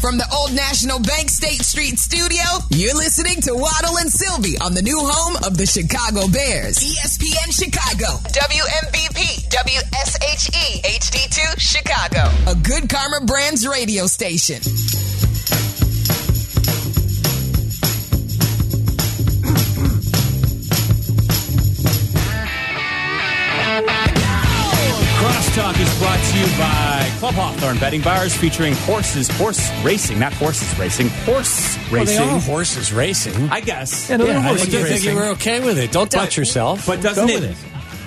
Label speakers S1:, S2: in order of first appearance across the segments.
S1: From the Old National Bank State Street studio, you're listening to Waddle and Sylvie on the new home of the Chicago Bears. E ESPN Chicago. WMBP. WSHE. HD2 Chicago. A Good Karma Brands radio station.
S2: Crosstalk is brought to you by Club Hawthorne Betting Bars featuring horses, horse racing, not horses racing, horse
S3: Well,
S2: racing.
S3: they are horses racing.
S2: I guess.
S3: Yeah, no, they're horse
S2: I think-
S3: racing.
S2: think you were-
S3: okay with it. Don't touch yourself.
S2: But doesn't
S3: Go
S2: it,
S3: with it.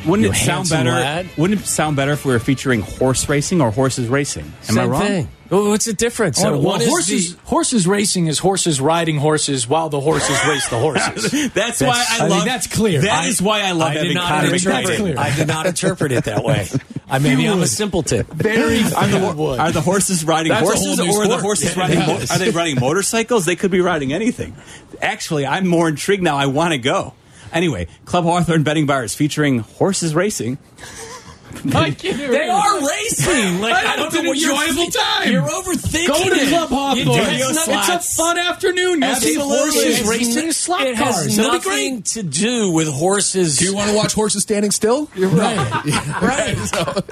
S2: Wouldn't
S3: You
S2: it sound
S3: handsome
S2: better?
S3: lad.
S2: Wouldn't it sound better if we were featuring horse racing or horses racing? Am
S3: Same
S2: I wrong?
S3: thing. Well, what's the difference?
S4: Oh, well,
S3: one is
S4: horses-
S3: the- horses racing is horses riding horses while the horses race the horses.
S2: That's,
S3: That's-
S2: why
S3: I
S2: I
S3: think
S2: love.
S4: that's clear.
S2: That
S4: I-
S2: is why I love
S3: I
S2: having
S3: did not
S2: Connor
S3: interpret
S2: McDavid.
S3: it.
S4: clear.
S3: I did not interpret it that way. I maybe I'm a simpleton.
S4: Very
S2: Are the,
S4: few would.
S2: are the horses riding
S3: That's a
S2: horses,
S3: whole new
S2: or are the
S3: sport.
S2: horses
S3: Yeah,
S2: riding?
S3: it
S2: mo-
S3: is.
S2: are they riding motorcycles? They could be riding anything. Actually, I'm more intrigued now. I want to go. Anyway, Club Hawthorne betting bars featuring horses racing.
S3: They are racing. Like I don't
S4: It's
S3: know
S4: an
S3: what you're
S4: enjoyable
S3: thi-
S4: time.
S3: You're overthinking
S4: Go to
S3: it.
S4: Club
S3: You
S4: Hawthorne.
S3: do-
S4: It's
S3: not-
S4: a fun afternoon. You'll see
S3: Absolutely.
S4: horses racing in slot
S3: it
S4: cars.
S3: has
S4: It'll be
S3: nothing
S4: great.
S3: to do with horses.
S5: Do you want to watch horses standing still? You're right.
S3: right?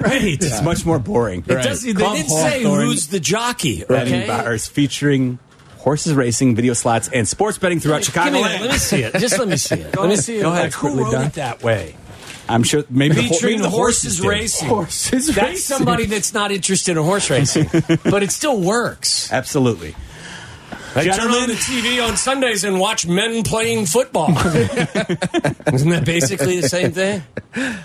S2: Right, it's much more boring.
S3: It does, they
S2: Club
S3: didn't say
S2: Hawthorne
S3: who's the jockey.
S2: betting
S3: Okay?
S2: bars featuring horses racing, video slots, and sports betting throughout
S3: Give
S2: Chicago.
S3: me that. Let me see it. Just let me see it. Let me see it.
S2: Go ahead.
S3: Like, who
S2: Quickly
S3: wrote
S2: done.
S3: it that way?
S2: I'm sure maybe the, ho-
S3: Featuring
S2: maybe the
S3: horses,
S2: did.
S3: racing.
S4: Horses
S3: That's
S4: racing.
S3: somebody that's not interested in horse racing, but it still works.
S2: Absolutely.
S3: I turn
S2: Gentlemen.
S3: on the TV on Sundays and watch men playing football. Isn't that basically the same thing?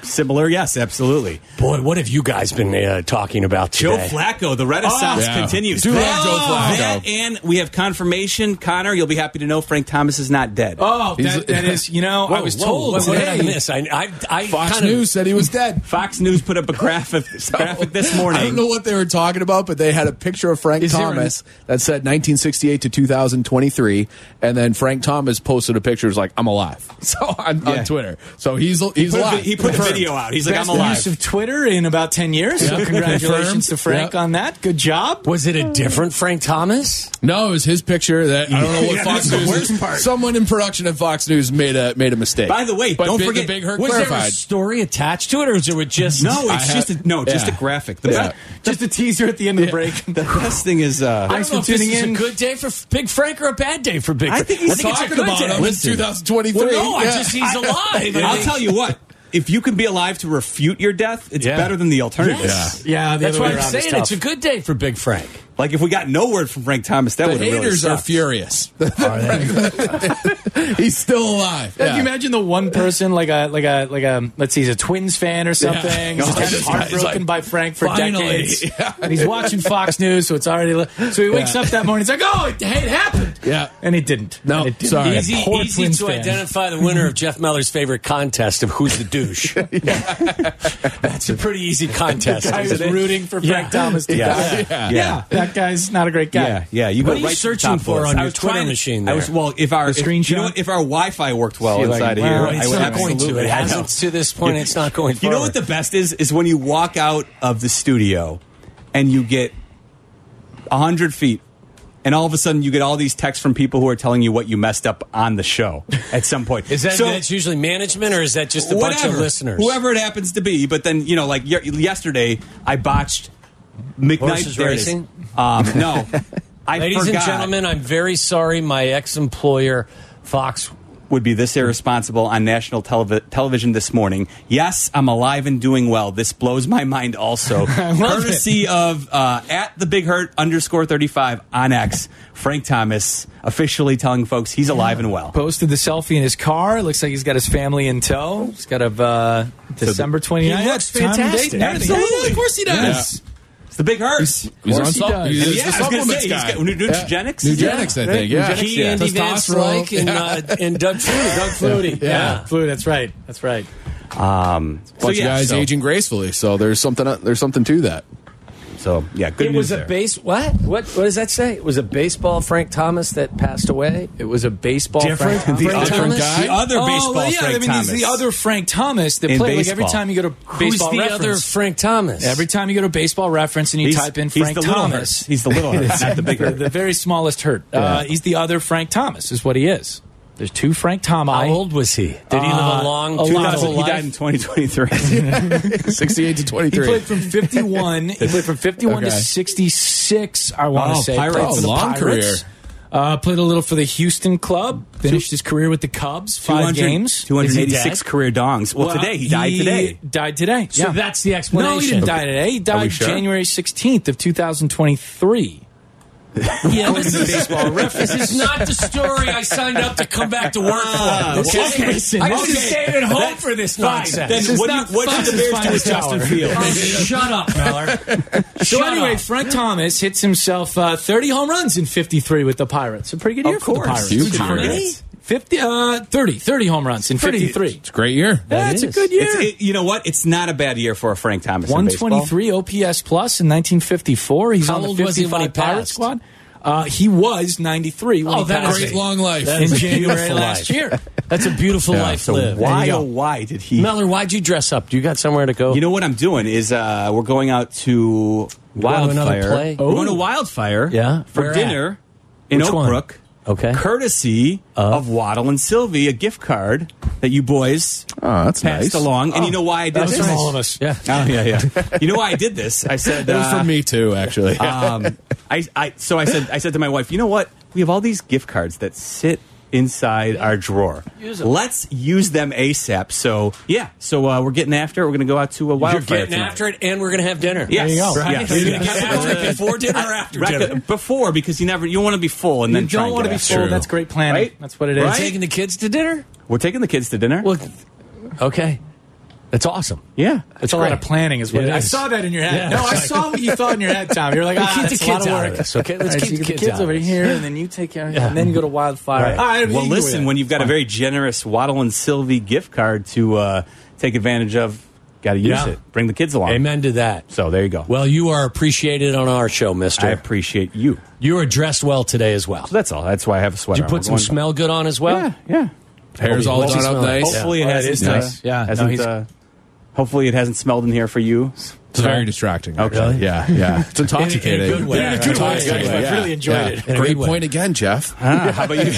S2: Similar, yes, absolutely.
S3: Boy, what have you guys been uh, talking about
S2: Joe
S3: today?
S2: Flacco, the renaissance
S5: Oh, yeah.
S2: continues.
S5: Do love Joe Flacco.
S2: That and we have confirmation, Connor. You'll be happy to know Frank Thomas is not dead.
S4: Oh,
S5: He's-
S4: that, that is, you know, I was
S3: Whoa,
S4: told
S3: What, what did I
S4: today.
S3: miss? I, I, I
S5: Fox
S3: kind of-
S5: News said he was dead.
S2: Fox News put up a graphic, graphic this morning.
S5: I don't know what they were talking about, but they had a picture of Frank
S3: Is there an-
S5: Thomas that said 1968 to 2023, and then Frank Thomas posted a picture. Was like, "I'm alive," so on,
S2: Yeah.
S5: on Twitter. So he's he's
S2: Put a vi-
S5: alive.
S2: he put a
S5: Confirmed.
S2: video out. He's like,
S4: That's
S2: I'm
S4: the
S2: alive.
S4: use of Twitter in about 10 years. So congratulations to Frank
S5: Yep.
S4: on that. Good job.
S3: Was it a different Frank Thomas?
S5: No, it was his picture. That I don't know what
S2: Yeah, that's
S5: Fox
S2: the
S5: News.
S2: worst part.
S5: Someone in production at Fox News made a made a mistake.
S2: By the way,
S5: but
S2: don't
S5: Big-
S2: forget-
S5: the Big Hurt
S3: Was there a
S5: clarified.
S3: story attached to it, or was it just
S2: no,
S5: I
S2: it's
S5: have-
S2: just a, no, just a
S5: yeah.
S2: graphic. The,
S5: Yeah.
S4: Just a teaser at the end of the break.
S2: be- the best thing is, uh,
S3: I don't know if this is a good day for Big Frank or a bad day for Big
S2: I
S3: Frank.
S2: think he's
S3: it's a
S2: talking
S3: good
S2: about
S3: day.
S2: him.
S5: It's 2023.
S3: Well, no, I
S5: Yeah.
S3: just he's alive.
S2: I'll tell you what. If you can be alive to refute your death, it's
S3: Yeah.
S2: better than the alternative.
S3: Yes.
S4: Yeah, the
S3: That's
S4: other
S3: why
S4: way
S3: I'm
S4: around is
S3: saying it's
S4: tough.
S3: a good day for Big Frank.
S2: Like if we got no word from Frank Thomas, that
S5: the
S2: would have really
S5: haters are
S2: sucked.
S5: furious. he's still alive.
S4: Like,
S5: Yeah.
S4: you imagine the one person, like a, like a, like a, let's see, he's a Twins fan or something.
S5: Oh,
S4: He's
S5: this
S4: just
S5: guy's
S4: heartbroken
S5: like,
S4: by Frank for
S5: "Finally."
S4: decades.
S5: Yeah.
S4: And he's watching Fox News, so it's already. li- So he wakes up that morning, he's like, oh, it, hey, it happened.
S5: Yeah.
S4: And it didn't.
S5: No,
S4: And it didn't.
S5: sorry. All right.
S3: Easy,
S4: Poor
S3: easy
S4: Twins
S3: to
S4: fan.
S3: identify the winner of Jeff Meller's favorite contest of who's the douche. That's a pretty easy contest.
S4: I was
S3: isn't it?
S4: rooting for
S3: Yeah.
S4: Frank Thomas to
S2: Yeah.
S4: die.
S2: Yeah.
S5: Yeah.
S4: Yeah, that guy's not a great guy.
S2: Yeah, yeah. You
S3: What
S2: go
S3: are you
S2: right to the
S3: searching
S2: top
S3: for
S2: list.
S3: on
S2: I
S3: your
S2: was
S3: Twitter
S2: trying to-
S3: machine
S2: I was
S3: there?
S2: well, if our
S4: The
S2: if, you know,
S4: screenshot?
S2: what, if our Wi-Fi worked well
S4: See, like,
S2: inside of
S4: wow,
S2: here,
S4: Well,
S3: Well,
S2: I
S3: it's
S2: would
S3: not going to.
S2: absolutely- I
S3: It
S2: know.
S3: hasn't to this point. It's not going.
S2: You know what the best is? Is when you walk out of the studio and you get 100 feet, and all of a sudden you get all these texts from people who are telling you what you messed up on the show at some point.
S3: is that?
S2: So-
S3: that's usually management, or is that just a bunch of listeners?
S2: Whoever it happens to be. But then, you know, like y- yesterday, I botched McKnight
S3: Horses
S2: there it is.
S3: racing?
S2: Um, no. I
S3: Ladies
S2: forgot
S3: and gentlemen, I'm very sorry. My ex-employer, Fox.
S2: would be this irresponsible on national telev- television this morning. Yes, I'm alive and doing well. This blows my mind also.
S4: love
S2: Courtesy of uh, at the big hurt underscore 35 on X, Frank Thomas officially telling folks he's alive and well.
S4: Posted the selfie in his car. Looks like he's got his family in tow. He's got a uh, December 29th.
S2: He looks
S4: Time and
S2: fantastic.
S4: date.
S2: Absolutely.
S4: Of course he does.
S2: It's the big hurt.
S5: He's
S4: course
S5: on
S4: he
S5: supp-
S4: does.
S5: he's
S2: Yeah, I
S5: the
S2: was gonna
S5: supplements
S2: say, he's
S5: guy.
S2: got- nu- Nugenics?
S5: Yeah. Nugenics, I think. Yeah.
S3: He, Andy Vance,
S5: Testosterone.
S3: like, and, uh, and Doug Flutie. Doug Flutie.
S5: Yeah.
S3: yeah.
S4: Blue, that's right. That's right.
S2: Um, so
S5: bunch
S2: yeah,
S5: of guys
S2: so-
S5: uh, aging gracefully. So there's something there's something to that.
S2: So yeah, good
S3: it
S2: news
S3: was a
S2: there.
S3: base. What? What? What does that say? It was a baseball Frank Thomas that passed away. It was a baseball
S4: Different-
S3: Frank
S4: the
S3: Frank
S4: other
S3: Thomas?
S2: guy? The other baseball
S4: Oh, well, yeah, I
S2: Frank
S4: mean, he's
S2: Thomas.
S4: the other Frank Thomas that
S2: In
S4: played. Like every
S2: baseball.
S4: time you go to baseball
S3: Who's the
S4: reference,
S3: other Frank Thomas?
S4: every time you go to baseball reference and you
S2: He's-
S4: type in
S2: he's
S4: Frank
S2: the little
S4: Thomas,
S2: Hurt. He's the little hurt, not the big
S4: the,
S2: hurt.
S4: the very smallest hurt. Uh, he's the other Frank Thomas, is what he is. There's two Frank Thomas.
S3: How old was he? Did he live
S4: Uh,
S3: a long,
S4: a lot.
S2: 2000,
S3: beautiful
S2: he
S3: life?
S2: died in 2023.
S5: 68 to
S4: He
S5: 23.
S4: played from 51. he played from 51 to
S5: Okay.
S4: 66. I want to
S2: Oh,
S4: say.
S2: Pirates.
S4: Played for
S5: Oh,
S4: the
S5: long
S4: Pirates.
S5: career.
S4: Uh, played a little for the Houston club. Finished his career with the Cubs. Five
S2: 200
S4: games. Is
S2: 286
S4: he dead?
S2: career dongs. Well,
S4: Well,
S2: today he died today.
S4: Died today.
S3: So
S4: yeah.
S3: that's the
S4: No, he
S3: explanation.
S4: didn't die today. He died
S2: sure?
S4: January 16th of 2023.
S3: Yeah, this is baseball reference. This is not the story I signed up to come back to work for.
S4: this is- listen,
S3: I just
S4: Ah, okay.
S3: stayed at home
S4: That's
S3: for this
S4: fine.
S3: nonsense.
S4: This
S2: Then
S4: is
S2: what, do
S4: not
S2: you, what should the Bears
S4: Fox's
S2: do with
S4: finest
S2: Justin
S4: hour.
S2: Fields?
S3: Oh, shut up, Miller.
S4: So
S3: Shut
S4: anyway,
S3: up.
S4: Frank Thomas hits himself uh, 30 home runs in 53 with the Pirates. A pretty good year for the
S2: course.
S4: Pirates.
S5: Huge year.
S2: How many?
S4: 50, uh, 30, 30 home runs in 53.
S5: It's a great year.
S4: That's a
S3: is.
S4: good year.
S2: It's, it, you know what? It's not a bad year for a Frank Thomas. in baseball.
S4: 123 OPS plus in 1954. He's
S3: How
S4: on the
S3: old was he
S4: 55
S3: when he
S4: Pirate
S3: passed?
S4: squad. Uh, he was 93 when
S3: Oh,
S4: he
S3: that
S4: passed
S3: is
S5: Great long life.
S4: in
S3: a
S4: January
S3: beautiful
S4: last
S3: life.
S4: year.
S3: That's a beautiful life
S2: So
S3: lived.
S2: why,
S3: There
S2: oh,
S3: you go.
S2: why did he?
S3: Miller, why'd you dress up? Do you got somewhere to go?
S2: You know what I'm doing is uh, we're going out to
S3: Going to another
S2: Wildfire.
S3: play?
S2: We're going to Wildfire.
S3: Yeah?
S2: for
S3: Where at?
S2: dinner in
S3: Which
S2: Oak
S3: one?
S2: Brook.
S3: Okay.
S2: Courtesy of Waddle and Sylvie, a gift card that you boys
S5: Oh, that's
S2: passed
S5: nice.
S2: along. And you know why I did
S4: That's
S2: this?
S4: from all of us.
S3: yeah.
S2: Oh yeah, yeah. you know why I did this? I said
S5: That was
S2: uh,
S5: from me too, actually.
S2: um, I, I, so I said, I said to my wife, you know what? We have all these gift cards that sit inside our drawer.
S3: Use 'em.
S2: Let's use them ASAP. So yeah, so uh, we're getting after it. We're going to go out to a
S3: You're
S2: wildfire.
S3: getting
S2: tonight.
S3: after it, and we're going to have dinner.
S2: Yes. There you go.
S3: Right?
S2: Yes.
S3: You're going to
S2: Yes.
S3: get after it before dinner or after
S2: Rec-
S3: dinner.
S2: before because you never you want to be full and then
S4: you
S2: try
S4: don't
S2: and
S4: want to
S2: get
S4: be
S2: after
S4: full.
S5: True.
S4: That's great planning.
S2: Right?
S4: That's what it is.
S2: Right?
S3: Taking the kids to dinner?
S2: it. We're taking the kids to dinner.
S3: Well, okay. That's awesome.
S2: yeah,
S4: It's a lot of
S3: great.
S4: planning, is what
S3: It
S4: it is. I
S3: is.
S4: saw that in your head.
S3: Yeah.
S4: No, I saw what you thought in your head, Tom. You're like,
S3: We
S4: ah,
S3: keep the
S4: that's a lot
S3: kids
S4: of
S3: out of
S4: work.
S3: this, okay? Let's
S4: All
S3: keep
S4: you
S3: the
S4: get
S3: kids out of
S4: over
S3: this.
S4: here, and then you take care, and then you go to wildfire.
S3: Right.
S4: All right,
S2: well,
S4: you can do
S2: listen.
S4: that.
S2: When you've got a very generous Waddle and Sylvie gift card to uh, take advantage of, got to use
S3: Yeah.
S2: it. Bring the kids along.
S3: Amen to that.
S2: So there you go.
S3: Well, you are appreciated on our show, mister.
S2: I appreciate you.
S3: you are dressed well today as well.
S2: So that's all. That's why I have a sweater.
S3: Did you put
S2: on.
S3: some
S2: We're
S3: smell good on as well?
S2: going- Yeah, yeah.
S5: Hair's all
S3: What's he
S5: done up
S3: smelling?
S5: nice.
S2: Hopefully
S4: Yeah.
S2: it
S4: Oh, that
S2: hasn't.
S4: is nice.
S2: uh,
S4: Yeah. No,
S2: Hasn't,
S4: he's-
S2: uh, hopefully it hasn't smelled in here for you.
S5: It's very distracting. Okay.
S3: Really?
S5: Yeah, yeah. It's intoxicating.
S3: In a good way. In a good way.
S5: Intoxicating,
S3: I
S4: really enjoyed it.
S3: In a
S5: Great
S3: good way.
S5: point again, Jeff.
S2: Ah, how about you?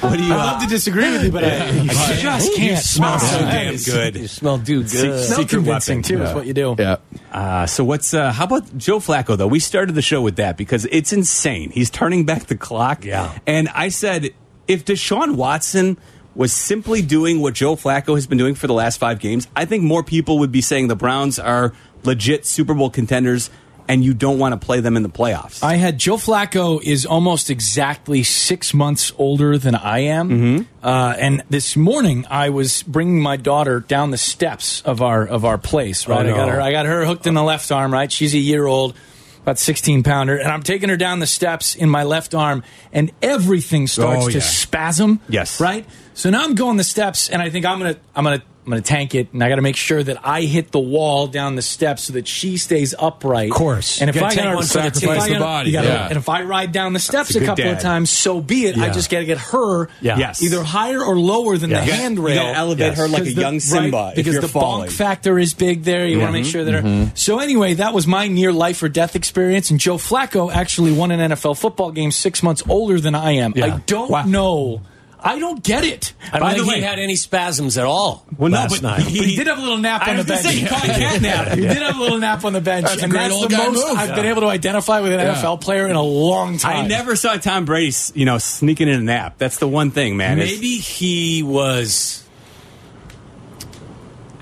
S2: what do you?
S4: I love to disagree with you, but I, I just
S3: You
S4: can't.
S3: smell so
S4: Nice.
S2: damn good.
S3: You smell do good.
S4: Smell convincing too is what you do.
S5: Yeah.
S2: Uh, so what's uh, how about Joe Flacco though? We started the show with that because it's insane. He's turning back the clock.
S3: Yeah.
S2: and I said if Deshaun Watson was simply doing what Joe Flacco has been doing for the last five games, I think more people would be saying the Browns are legit Super Bowl contenders, and you don't want to play them in the playoffs.
S4: I had Joe Flacco is almost exactly six months older than I am, uh, and this morning I was bringing my daughter down the steps of our of our place. Right,
S3: Oh,
S4: I got
S3: no.
S4: her. I got her hooked in the left arm. Right, she's a year old, about sixteen pounder, and I'm taking her down the steps in my left arm, and everything starts
S5: Oh,
S4: to
S5: yeah.
S4: spasm.
S2: Yes.
S4: right. So now I'm going the steps, and I think I'm gonna I'm gonna I'm gonna tank it, and I got to make sure that I hit the wall down the steps so that she stays upright. Of
S3: course.
S4: and if
S3: You
S4: I
S3: gotta take
S4: got
S3: one for the
S4: if
S3: team.
S4: I
S3: Sacrifice the
S4: gotta-
S5: body,
S4: you gotta-
S5: yeah.
S4: and if I ride down the steps a
S2: good
S4: couple of
S2: dad.
S4: times, so be it. I
S3: Yeah.
S4: just got to get her
S3: Yeah.
S2: Yes.
S4: either higher or lower than
S3: Yeah.
S4: the
S3: You
S2: gotta-
S4: handrail.
S2: you gotta elevate her like a
S4: 'Cause the-
S2: young Simba if
S4: because
S2: you're
S4: the
S2: falling. Mm-hmm.
S4: bonk factor is big there. You want to make sure that. Her, so anyway, that was my near life or death experience. And Joe Flacco actually won an NFL football game six months older than I am.
S3: Yeah.
S4: I don't
S3: Wow.
S4: know. I don't get it.
S3: I don't
S4: By the
S3: think
S4: way,
S3: he had any spasms at all
S2: Well, no,
S3: last
S2: but
S3: night.
S2: he-
S4: but he did have a little nap
S2: I
S4: on the
S2: was gonna
S4: bench.
S2: say, he caught a cat nap.
S4: He did have a little nap on the bench,
S5: a
S4: and
S5: great
S4: that's
S5: old
S4: the
S5: guy
S4: most
S5: move.
S4: I've
S5: Yeah.
S4: been able to identify with an
S5: Yeah.
S4: NFL player in a long time.
S2: I never saw Tom Brady, you know, sneaking in a nap. That's the one thing, man. It's-
S3: Maybe he was.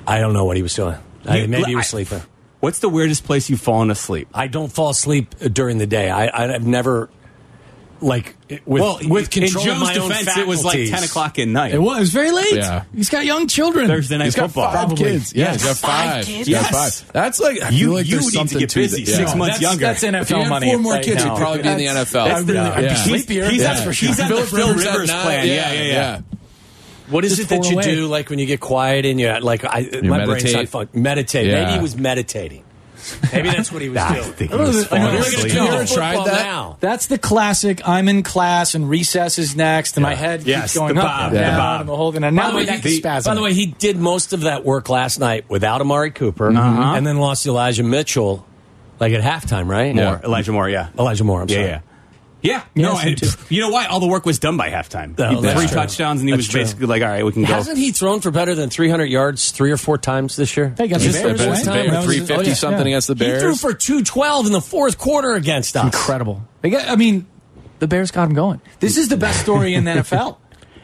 S3: I don't know what he was doing. I,
S2: You-
S3: maybe he was
S2: I-
S3: sleeping.
S2: What's the weirdest place you've fallen asleep?
S3: I don't fall asleep during the day. I, I've never, like, with, with control
S2: in
S3: of
S2: Joe's
S3: my own
S2: defense, it was like
S3: faculties.
S2: ten o'clock at night.
S4: It was, it was very late.
S5: Yeah.
S4: He's got young children.
S2: Thursday night
S5: He's got
S2: football.
S5: five
S4: Probably.
S5: kids. Yeah, he's got
S4: Yes.
S5: five.
S4: Five
S5: He's
S4: kids?
S5: got
S2: Yes.
S5: five. That's like I
S2: You-
S5: feel like
S2: you
S5: there's
S2: need to
S5: something
S2: get busy.
S5: that.
S2: Six
S5: Yeah.
S2: months
S4: that's,
S2: younger.
S4: That's NFL
S5: If you had
S4: money.
S5: four more
S4: right
S5: kids,
S4: now.
S5: you'd probably be in the
S4: That's-
S5: NFL.
S4: I'd really- I'd be
S5: Oh, Yeah.
S2: He's,
S4: sleepier.
S2: he's,
S4: Yeah.
S2: at- he's at the Phil Rivers,
S5: at nine.
S2: plan. Yeah, yeah, yeah.
S3: What is
S4: Just
S3: it that
S4: four
S3: you
S4: away.
S3: do, like when you get quiet and you like I my brain's
S5: meditate.
S3: not fun. Meditate.
S5: Yeah.
S3: Maybe he was meditating. Maybe that's what he was
S2: I
S3: doing.
S2: think he was
S3: Like,
S2: falling
S3: we're
S2: asleep.
S3: gonna do
S5: You ever
S3: football
S5: tried that?
S3: Now.
S4: That's the classic. I'm in class and recess is next, and my head
S2: Yes,
S4: keeps going
S2: the
S4: up
S2: bob,
S4: and
S2: the
S4: down
S2: bob.
S4: and the whole thing. And now my neck is
S3: he,
S4: spasming.
S3: by the way, he did most of that work last night without Amari Cooper,
S5: Uh-huh.
S3: and then lost Elijah Mitchell, like at halftime, right?
S2: Moore,
S3: Or-
S2: Elijah Moore, yeah.
S3: Elijah Moore. I'm
S2: yeah,
S3: sorry.
S2: yeah. Yeah, no,
S4: Yes, him
S2: and,
S4: too.
S2: pff, you know why? All the work was done by halftime.
S3: Oh,
S2: He-
S3: that's
S2: three
S3: true.
S2: touchdowns, and he
S3: That's
S2: was
S3: true.
S2: basically like, all right, we can go.
S3: Hasn't he thrown for better than 300 yards three or four times this year?
S4: They got
S3: Just
S4: the Bears,
S3: first
S4: right?
S3: time.
S4: Bears.
S3: That was-
S5: 350
S4: yeah,
S5: something
S4: yeah.
S5: against the
S3: He threw
S5: Bears.
S3: for 212 in the fourth quarter against us.
S4: incredible. They got, I mean, the Bears got him going. This is the best story in the NFL.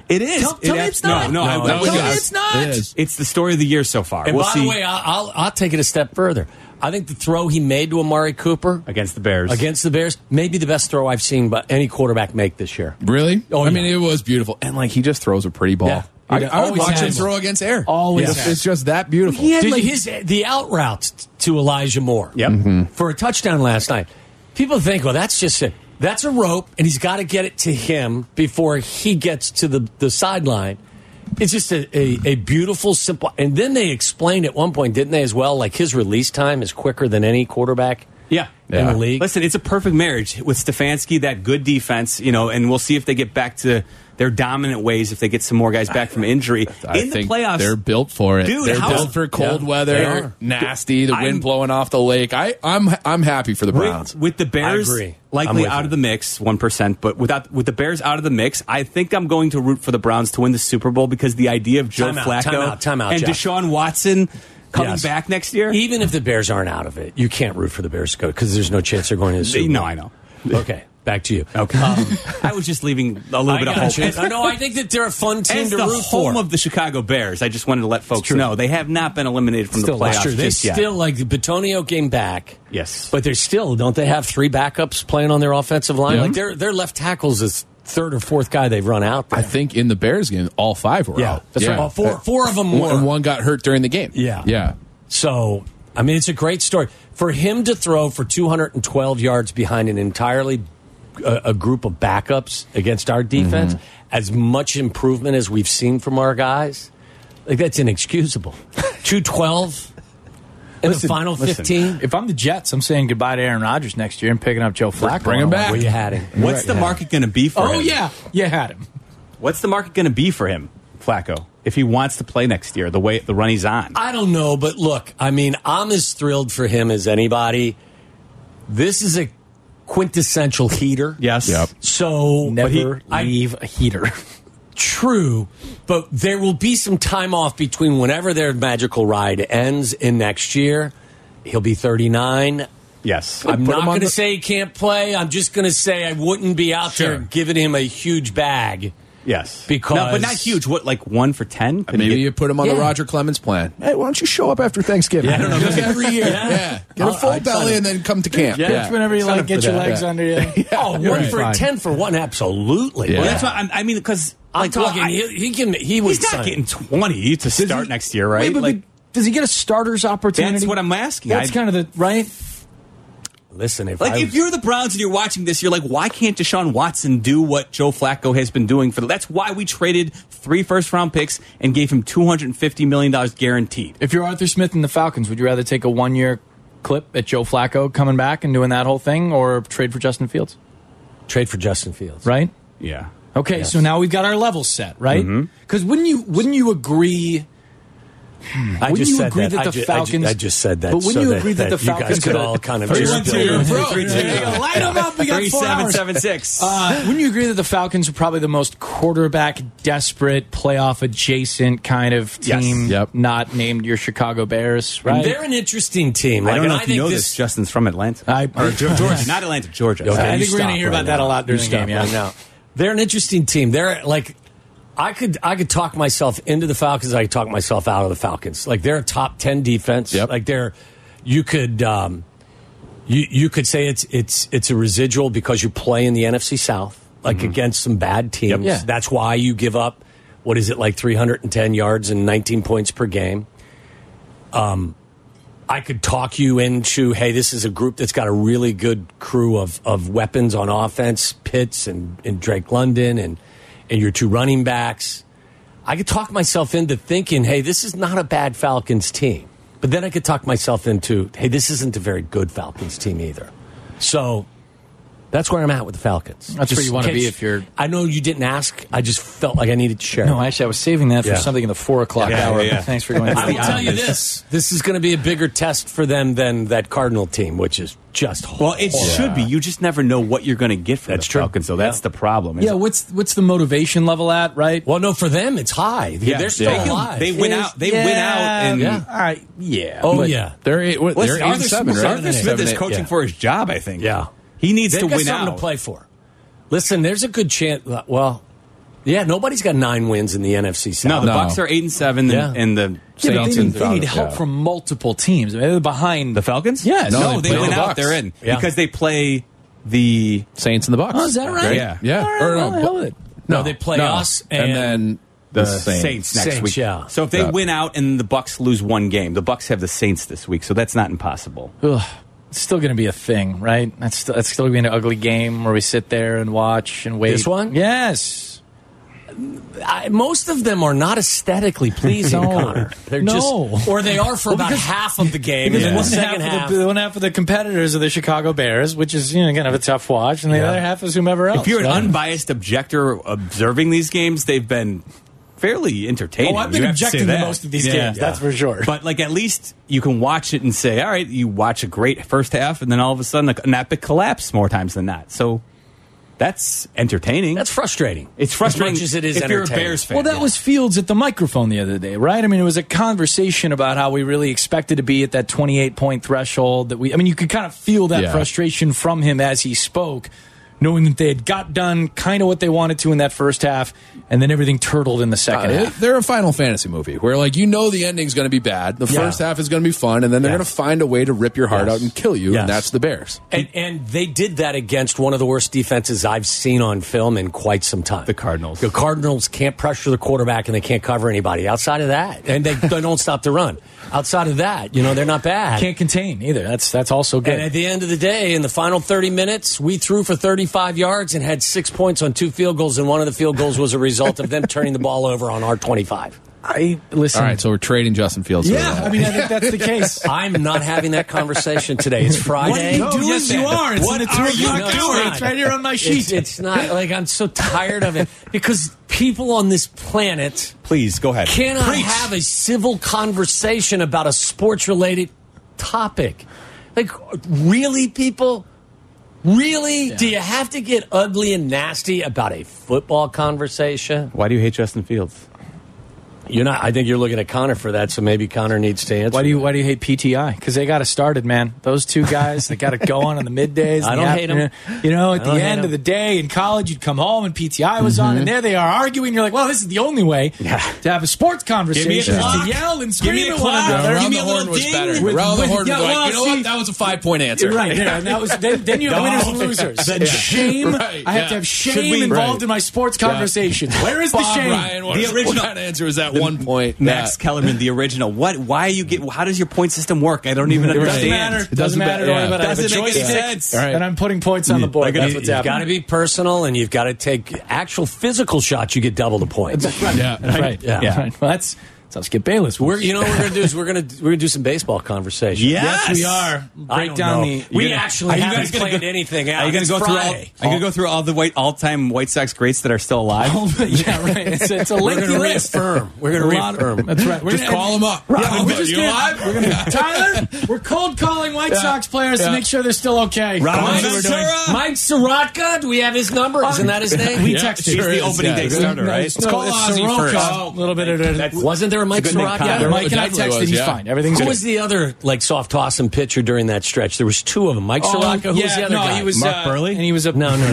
S2: It is.
S4: Tell- tell
S2: It
S4: me
S2: ab-
S4: it's not.
S2: No, no, I-
S3: No,
S2: I,
S3: no,
S2: wish
S3: no,
S2: it was.
S4: it's not.
S5: It is.
S2: It's the story of the year so far.
S3: And
S2: we'll
S3: by
S2: see
S3: the way, I- I'll, I'll take it a step further. I think the throw he made to Amari Cooper
S2: against the Bears.
S3: against the Bears may be the best throw I've seen by any quarterback make this year.
S5: Really?
S3: Oh,
S5: I mean,
S3: yeah.
S5: it was beautiful. And like he just throws a pretty ball.
S3: Yeah.
S5: I,
S4: He
S5: I would
S4: always
S5: watch him
S4: has.
S5: throw against air.
S4: Always
S5: It's,
S4: has.
S5: it's just that beautiful.
S3: Did you- his the out route to Elijah Moore?
S2: Yep.
S3: for a touchdown last night. People think, well, that's just it. That's a rope, and he's got to get it to him before he gets to the, the sideline. It's just a, a, a beautiful, simple. And then they explained at one point, didn't they, as well? Like his release time is quicker than any quarterback
S2: yeah.
S3: in
S5: Yeah.
S3: the league.
S2: Listen, it's a perfect marriage with Stefanski, that good defense, you know, and we'll see if they get back to their dominant ways if they get some more guys back from injury.
S5: I
S2: in the
S5: think
S2: playoffs,
S5: they're built for it.
S2: Dude,
S5: they're
S2: how-
S5: built for cold
S3: Yeah, they
S5: weather,
S3: are.
S5: nasty, the wind
S2: I'm-
S5: blowing off the lake. I, I'm I'm happy for the Browns.
S2: with, with the Bears
S3: I agree. I'm
S2: likely
S3: with
S2: out
S3: you.
S2: of the mix, one percent. But without with the Bears out of the mix, I think I'm going to root for the Browns to win the Super Bowl because the idea of Joe
S3: Time out,
S2: Flacco
S3: time out, time out,
S2: and
S3: Jeff.
S2: Deshaun Watson coming
S3: Yes.
S2: back next year.
S3: Even if the Bears aren't out of it, you can't root for the Bears to go because there's no chance they're going to the Super
S2: no,
S3: Bowl.
S2: I know.
S3: Okay, back to you.
S2: Okay, I was just leaving a little bit of hope.
S3: you. Um, I know. I think that they're a fun team
S2: As
S3: to
S2: the
S3: root
S2: home
S3: for.
S2: of the Chicago Bears, I just wanted to let folks know they have not been eliminated from
S3: still
S2: the playoffs
S3: that's true. They
S2: just yet.
S3: still like the Batonio game back.
S2: Yes.
S3: but they're still don't they have three backups playing on their offensive line?
S2: Mm-hmm.
S3: Like their their left tackles is third or fourth guy they've run out. There.
S5: I think in the Bears game, all five were
S3: Yeah,
S5: out.
S3: that's right. Well, four- four of 'em
S5: And-
S3: were.
S5: And one got hurt during the game.
S3: Yeah.
S5: Yeah.
S3: So I mean, it's a great story for him to throw for 212 yards behind an entirely uh, a, a group of backups against our defense. As much improvement as we've seen from our guys, like that's inexcusable. 212 in the final
S2: listen.
S3: 15.
S4: If I'm the Jets, I'm saying goodbye to Aaron Rodgers next year and picking up Joe Flacco.
S5: Bring him back.
S3: Well, you had him.
S2: What's the market going to be for him?
S4: Oh yeah, you had him.
S2: What's the market going to be for him, Flacco, if he wants to play next year? The way the run he's on.
S3: I don't know, but look, I mean, I'm as thrilled for him as anybody. This is a quintessential heater.
S2: yes.
S5: Yep.
S3: So
S4: Never
S3: but he- I-
S4: leave a heater.
S3: true, but there will be some time off between whenever their magical ride ends in next year. He'll be 39.
S2: Yes.
S3: I'm
S5: Put
S3: not
S5: him on
S3: going to
S5: the-
S3: say he can't play. I'm just going to say I wouldn't be out there
S5: Sure.
S3: giving him a huge bag.
S2: yes.
S3: Because-
S2: no, but not huge. What like one for ten?
S5: Maybe you put him on the
S3: Yeah.
S5: Roger Clemens plan. Hey, why don't you show up after Thanksgiving?
S3: I don't know.
S5: Just every year.
S3: Yeah.
S5: Yeah. Get a
S3: I'll-
S5: full
S3: I'd sign
S5: belly
S3: up.
S5: and then come to camp.
S4: Yeah, whenever you like, get your legs under you.
S3: Oh, one
S4: right.
S3: for
S4: Fine.
S3: 10 for one? Absolutely.
S5: Yeah.
S2: Well, that's what I'm, I mean. Because
S3: I'm
S2: like,
S3: talking.
S2: well, I-
S3: he, he can. He was
S2: he's not getting twenty to start next year, right?
S4: Wait, but-
S2: Like,
S4: but does he get a starter's opportunity?
S2: That's what I'm asking.
S4: That's
S2: I-
S4: kind of the right.
S3: Listen, if
S2: Like
S3: I,
S2: if you're the Browns and you're watching this, you're like, why can't Deshaun Watson do what Joe Flacco has been doing for the? That's why we traded three first round picks and gave him two hundred and fifty million dollars guaranteed.
S4: If you're Arthur Smith and the Falcons, would you rather take a one year clip at Joe Flacco coming back and doing that whole thing, or trade for Justin Fields?
S3: trade for Justin Fields,
S4: Right.
S2: Yeah.
S4: Okay, so now we've got our levels set, right?
S2: Mm-hmm.
S4: Because wouldn't you wouldn't you agree?
S3: I
S4: Wouldn't
S3: just
S4: you
S3: said
S4: agree that
S3: I
S4: the
S3: ju- I ju-
S4: Falcons-
S3: I, just said that.
S4: But wouldn't
S3: so
S4: you
S3: that-
S4: agree that the
S3: you
S4: Falcons
S3: guys could
S4: could-
S3: all kind of
S5: Three,
S3: just
S5: one,
S3: go-
S5: two, you're a pro.
S3: Three, two,
S5: Yeah.
S3: yeah.
S4: Light 'em up. We got
S2: Three
S4: four
S2: seven
S4: hours.
S2: seven six.
S4: Uh, wouldn't you agree that the Falcons are probably the most quarterback desperate, playoff adjacent kind of
S2: Yes.
S4: team?
S5: Yep.
S4: Not named your Chicago Bears, right?
S3: They're an interesting team.
S2: Uh, I
S3: Like,
S2: don't
S3: and
S2: know if you
S3: think
S2: know this. Justin's from Atlanta.
S4: I-
S2: or Ge- Georgia, not Atlanta, Georgia.
S3: Okay,
S4: I
S3: you
S4: think we're gonna
S3: stop
S4: hear
S3: right
S4: about that
S3: now.
S4: a lot during
S3: You
S4: the game,
S3: stop
S4: yeah.
S3: right now. They're an interesting team. They're like, I could I could talk myself into the Falcons. I could talk myself out of the Falcons. Like they're a top ten defense.
S5: Yep.
S3: Like they're you could um, you you could say it's it's it's a residual because you play in the NFC South like against some bad teams.
S4: Mm-hmm. Yeah.
S3: That's why you give up what is it like 310 yards and 19 points per game. I could talk you into, hey, this is a group that's got a really good crew of, of weapons on offense, Pitts and, and Drake London and, and your two running backs. I could talk myself into thinking, hey, this is not a bad Falcons team. But then I could talk myself into, hey, this isn't a very good Falcons team either. So that's where I'm at with the Falcons.
S4: That's where you wanna
S3: in case-
S4: be if you're-
S3: I know you didn't ask. I just felt like I needed to share.
S4: No, actually, I was saving that for
S3: Yeah.
S4: something in the four o'clock
S2: Yeah,
S4: hour.
S2: yeah, yeah.
S4: Thanks for going.
S3: I will
S4: through the
S3: tell you
S4: hours.
S3: this: this is going to be a bigger test for them than that Cardinal team, which is just
S2: Well, it
S3: horrible.
S2: should be. You just never know what you're going to get from
S3: That's
S2: the
S3: true.
S2: Falcons, so that's
S3: Yeah.
S2: the problem.
S4: Yeah, what's what's the motivation level at? Right?
S3: Well, no, for them it's high.
S2: Yeah.
S3: They're still
S2: They can-
S3: alive.
S2: they win out. They win out, and
S3: Yeah.
S4: I, yeah.
S3: oh
S4: but-
S3: yeah,
S5: They're eight, what,
S2: Well,
S5: they're eight and
S2: Arthur,
S5: seven,
S2: Smith,
S5: right?
S2: Arthur Smith is coaching
S3: yeah.
S2: for his job. I think.
S3: Yeah.
S2: he needs to
S3: They've got
S2: win
S3: something
S2: out.
S3: to play for. Listen, there's a good chance. Well, yeah, nobody's got nine wins in the NFC South.
S2: No, the
S5: No.
S2: Bucks are eight and seven, and,
S3: Yeah.
S2: and the
S4: Yeah, but
S2: Saints
S4: they
S2: and
S4: need, they need
S5: Falcons,
S4: help
S5: yeah.
S4: from multiple teams. I mean, they're behind.
S2: the Falcons.
S4: Yes.
S2: no,
S4: No,
S2: they,
S5: they play
S2: win
S5: the
S2: out.
S5: Bucks.
S2: They're in
S3: Yeah.
S2: because they play the
S5: Saints and the Bucks.
S4: oh, is that right?
S2: Yeah.
S5: Yeah.
S4: All right,
S5: Or no,
S4: well, the
S5: but-
S4: hell with it.
S3: no, they play
S5: No.
S3: us and,
S5: then the, Saints.
S2: Saints next
S3: Saints,
S2: week.
S3: yeah.
S2: So if they
S5: Yeah.
S2: win out and the Bucks lose one game, the Bucks have the Saints this week, so that's not impossible.
S4: Ugh, it's still going to be a thing, right? That's still, that's still going to be an ugly game where we sit there and watch and wait.
S3: This one?
S4: Yes.
S3: I, most of them are not aesthetically pleasing.
S4: No.
S3: Connor. They're
S4: No.
S3: just or they are for about half of the game, and then the
S4: One
S3: second
S4: half,
S3: half.
S4: Of the, one half of the competitors are the Chicago Bears, which is you know kind of a tough watch, and the other half is whomever else.
S2: If you're an
S4: right?
S2: unbiased objector observing these games, they've been fairly entertaining.
S4: Oh, I've been
S2: You have say
S4: objecting to
S2: that.
S4: most of these
S2: Yeah.
S4: games, that's for sure.
S2: But like, at least you can watch it and say, "All right, you watch a great first half, and then all of a sudden, like, an epic collapse more times than not." So that's entertaining.
S3: that's frustrating.
S2: it's frustrating
S3: as much as it is.
S2: if you're a
S3: entertaining.
S2: Bears fan.
S4: Well, that was Fields at the microphone the other day, right? I mean, it was a conversation about how we really expected to be at that 28 point threshold that we, I mean, you could kind of feel that
S5: Yeah.
S4: frustration from him as he spoke, knowing that they had got done kind of what they wanted to in that first half, and then everything turtled in the second
S5: Uh,
S4: half.
S5: They're a Final Fantasy movie where, like, you know, the ending's going to be bad. The
S3: Yeah.
S5: first half is going to be fun, and then they're
S3: Yes.
S5: going to find a way to rip your heart
S3: Yes.
S5: out and kill you,
S3: Yes.
S5: and that's the Bears.
S3: And, and they did that against one of the worst defenses I've seen on film in quite some time. The
S2: Cardinals.
S3: The Cardinals can't pressure the quarterback and they can't cover anybody. Outside of that, and they, they don't stop the run. Outside of that, you know, they're not bad.
S4: Can't contain either. That's that's also good.
S3: and at the end of the day, in the final 30 minutes, we threw for 35 yards and had six points on two field goals, and one of the field goals was a result of them turning the ball over on our 25.
S4: I listen.
S5: All right, so we're trading Justin Fields. for
S4: yeah,
S5: that.
S4: I mean, I think that's the case.
S3: I'm not having that conversation today. It's Friday.
S4: you doing?
S2: yes,
S4: You
S2: man.
S4: are. It's
S2: What
S4: in the two
S2: are you
S4: o'clock
S2: doing?
S4: hour.
S3: not.
S4: It's right here on my sheet.
S3: It's, it's not like I'm so tired of it because people on this planet
S2: Please go ahead.
S3: cannot have a civil conversation about a sports related topic. Like, really, people? Really? Do you have to get ugly and nasty about a football conversation?
S2: Why do you hate Justin Fields?
S3: You're not. I think you're looking at Connor for that, so maybe Connor needs to answer.
S4: Why do you Why do you hate PTI? Because they got us started, man. Those two guys, they got it going on the middays.
S3: I
S4: in the
S3: don't hate 'em.
S4: afternoon. You know, at the
S3: I don't hate Mm-hmm.
S4: end
S3: 'em.
S4: of the day in college, you'd come home and PTI was on, and there they are arguing. You're like, well, this is the only way to have a sports conversation. is
S2: clock.
S4: To yell and
S2: Give me
S4: scream
S2: a
S4: at one
S2: clock.
S5: Yeah,
S4: another.
S2: Give
S5: Around
S2: me
S5: the
S2: a
S5: Horn
S2: little
S5: was
S2: ding
S5: better.
S2: with-
S5: Around the
S4: with-
S5: Horn was
S4: yeah,
S5: like,
S4: well,
S5: you know
S4: see-
S5: what? That was a five point answer.
S4: Right there, and that was then, then you have
S2: No.
S4: winners and losers.
S2: The
S4: And shame.
S5: Right,
S4: I have
S5: yeah.
S4: to have
S5: Should
S4: shame
S5: we-
S4: involved
S5: Right.
S4: in my sports conversation. Where is the
S5: Bob
S4: shame?
S5: Ryan, what
S2: The
S5: is-
S2: original-
S5: what answer is at one point.
S2: Max
S5: that-
S2: Kellerman, the original. What? Why you get? How does your point system work? I don't even
S4: It doesn't
S2: understand.
S4: matter. It
S5: It
S4: doesn't
S5: doesn't
S4: matter.
S5: matter.
S4: Don't worry
S5: Yeah.
S4: about it. I have a
S2: Doesn't make any
S4: joystick,
S2: sense.
S5: All right.
S4: And I'm putting points on the board.
S2: Like,
S4: That's
S2: you-
S4: what's
S3: You've got
S4: happening.
S3: to be personal, and you've got to take actual physical shots. You get double the points.
S5: Yeah.
S4: Right.
S3: Yeah.
S4: That's right. Well, that's that's how Skip Bayless.
S3: We're, you know what we're gonna do is we're gonna we're gonna do some baseball conversation.
S2: Yes,
S4: Yes, we are.
S3: I
S4: Break
S3: don't
S4: down
S3: know.
S4: the.
S3: We
S2: gonna- are
S3: actually
S2: Oh, you
S3: haven't
S2: guys gonna
S3: played
S2: go-
S3: anything out.
S2: Are you going
S3: It's
S2: to go through all? Are you
S3: Friday.
S2: going to go through all the white all-time White Sox greats that are still alive?
S4: Oh, yeah, right. It's, it's a
S3: We're
S4: lengthy
S3: gonna
S4: list.
S3: reaffirm. We're
S4: A
S3: gonna
S4: lot of-
S3: reaffirm.
S4: That's right. We're
S5: Just
S4: gonna-
S5: call him up.
S4: Right,
S5: Call
S4: we're
S5: him up.
S4: just
S5: You
S4: gonna-
S5: alive?
S4: We're gonna, Tyler, we're cold calling White Sox players to
S5: Yeah.
S4: make sure they're still okay.
S2: Rob
S4: Come on,
S2: Ventura.
S4: we're doing-
S3: Mike Soroka. Do we have his number? Isn't that his name?
S4: We
S5: Yeah,
S4: texted.
S2: He's
S5: sure
S2: the
S5: is,
S2: opening
S5: yeah.
S2: day starter,
S4: No,
S2: right?
S4: it's- no, it's Soroka. Oh, A little bit of
S3: Wasn't there a Mike
S2: good name,
S3: Soroka?
S2: Kyle.
S4: yeah, Mike and I
S5: definitely
S4: texted.
S5: was,
S4: he's
S5: yeah.
S4: fine. Everything's
S3: Who
S4: good.
S3: was the other like soft tossing pitcher during that stretch? There was two of them. Mike Soroka. Who
S4: Oh, yeah,
S3: was the other
S4: no,
S3: guy?
S4: He was,
S2: Mark
S4: uh,
S2: Burley?
S4: And he was a
S3: no, no, no.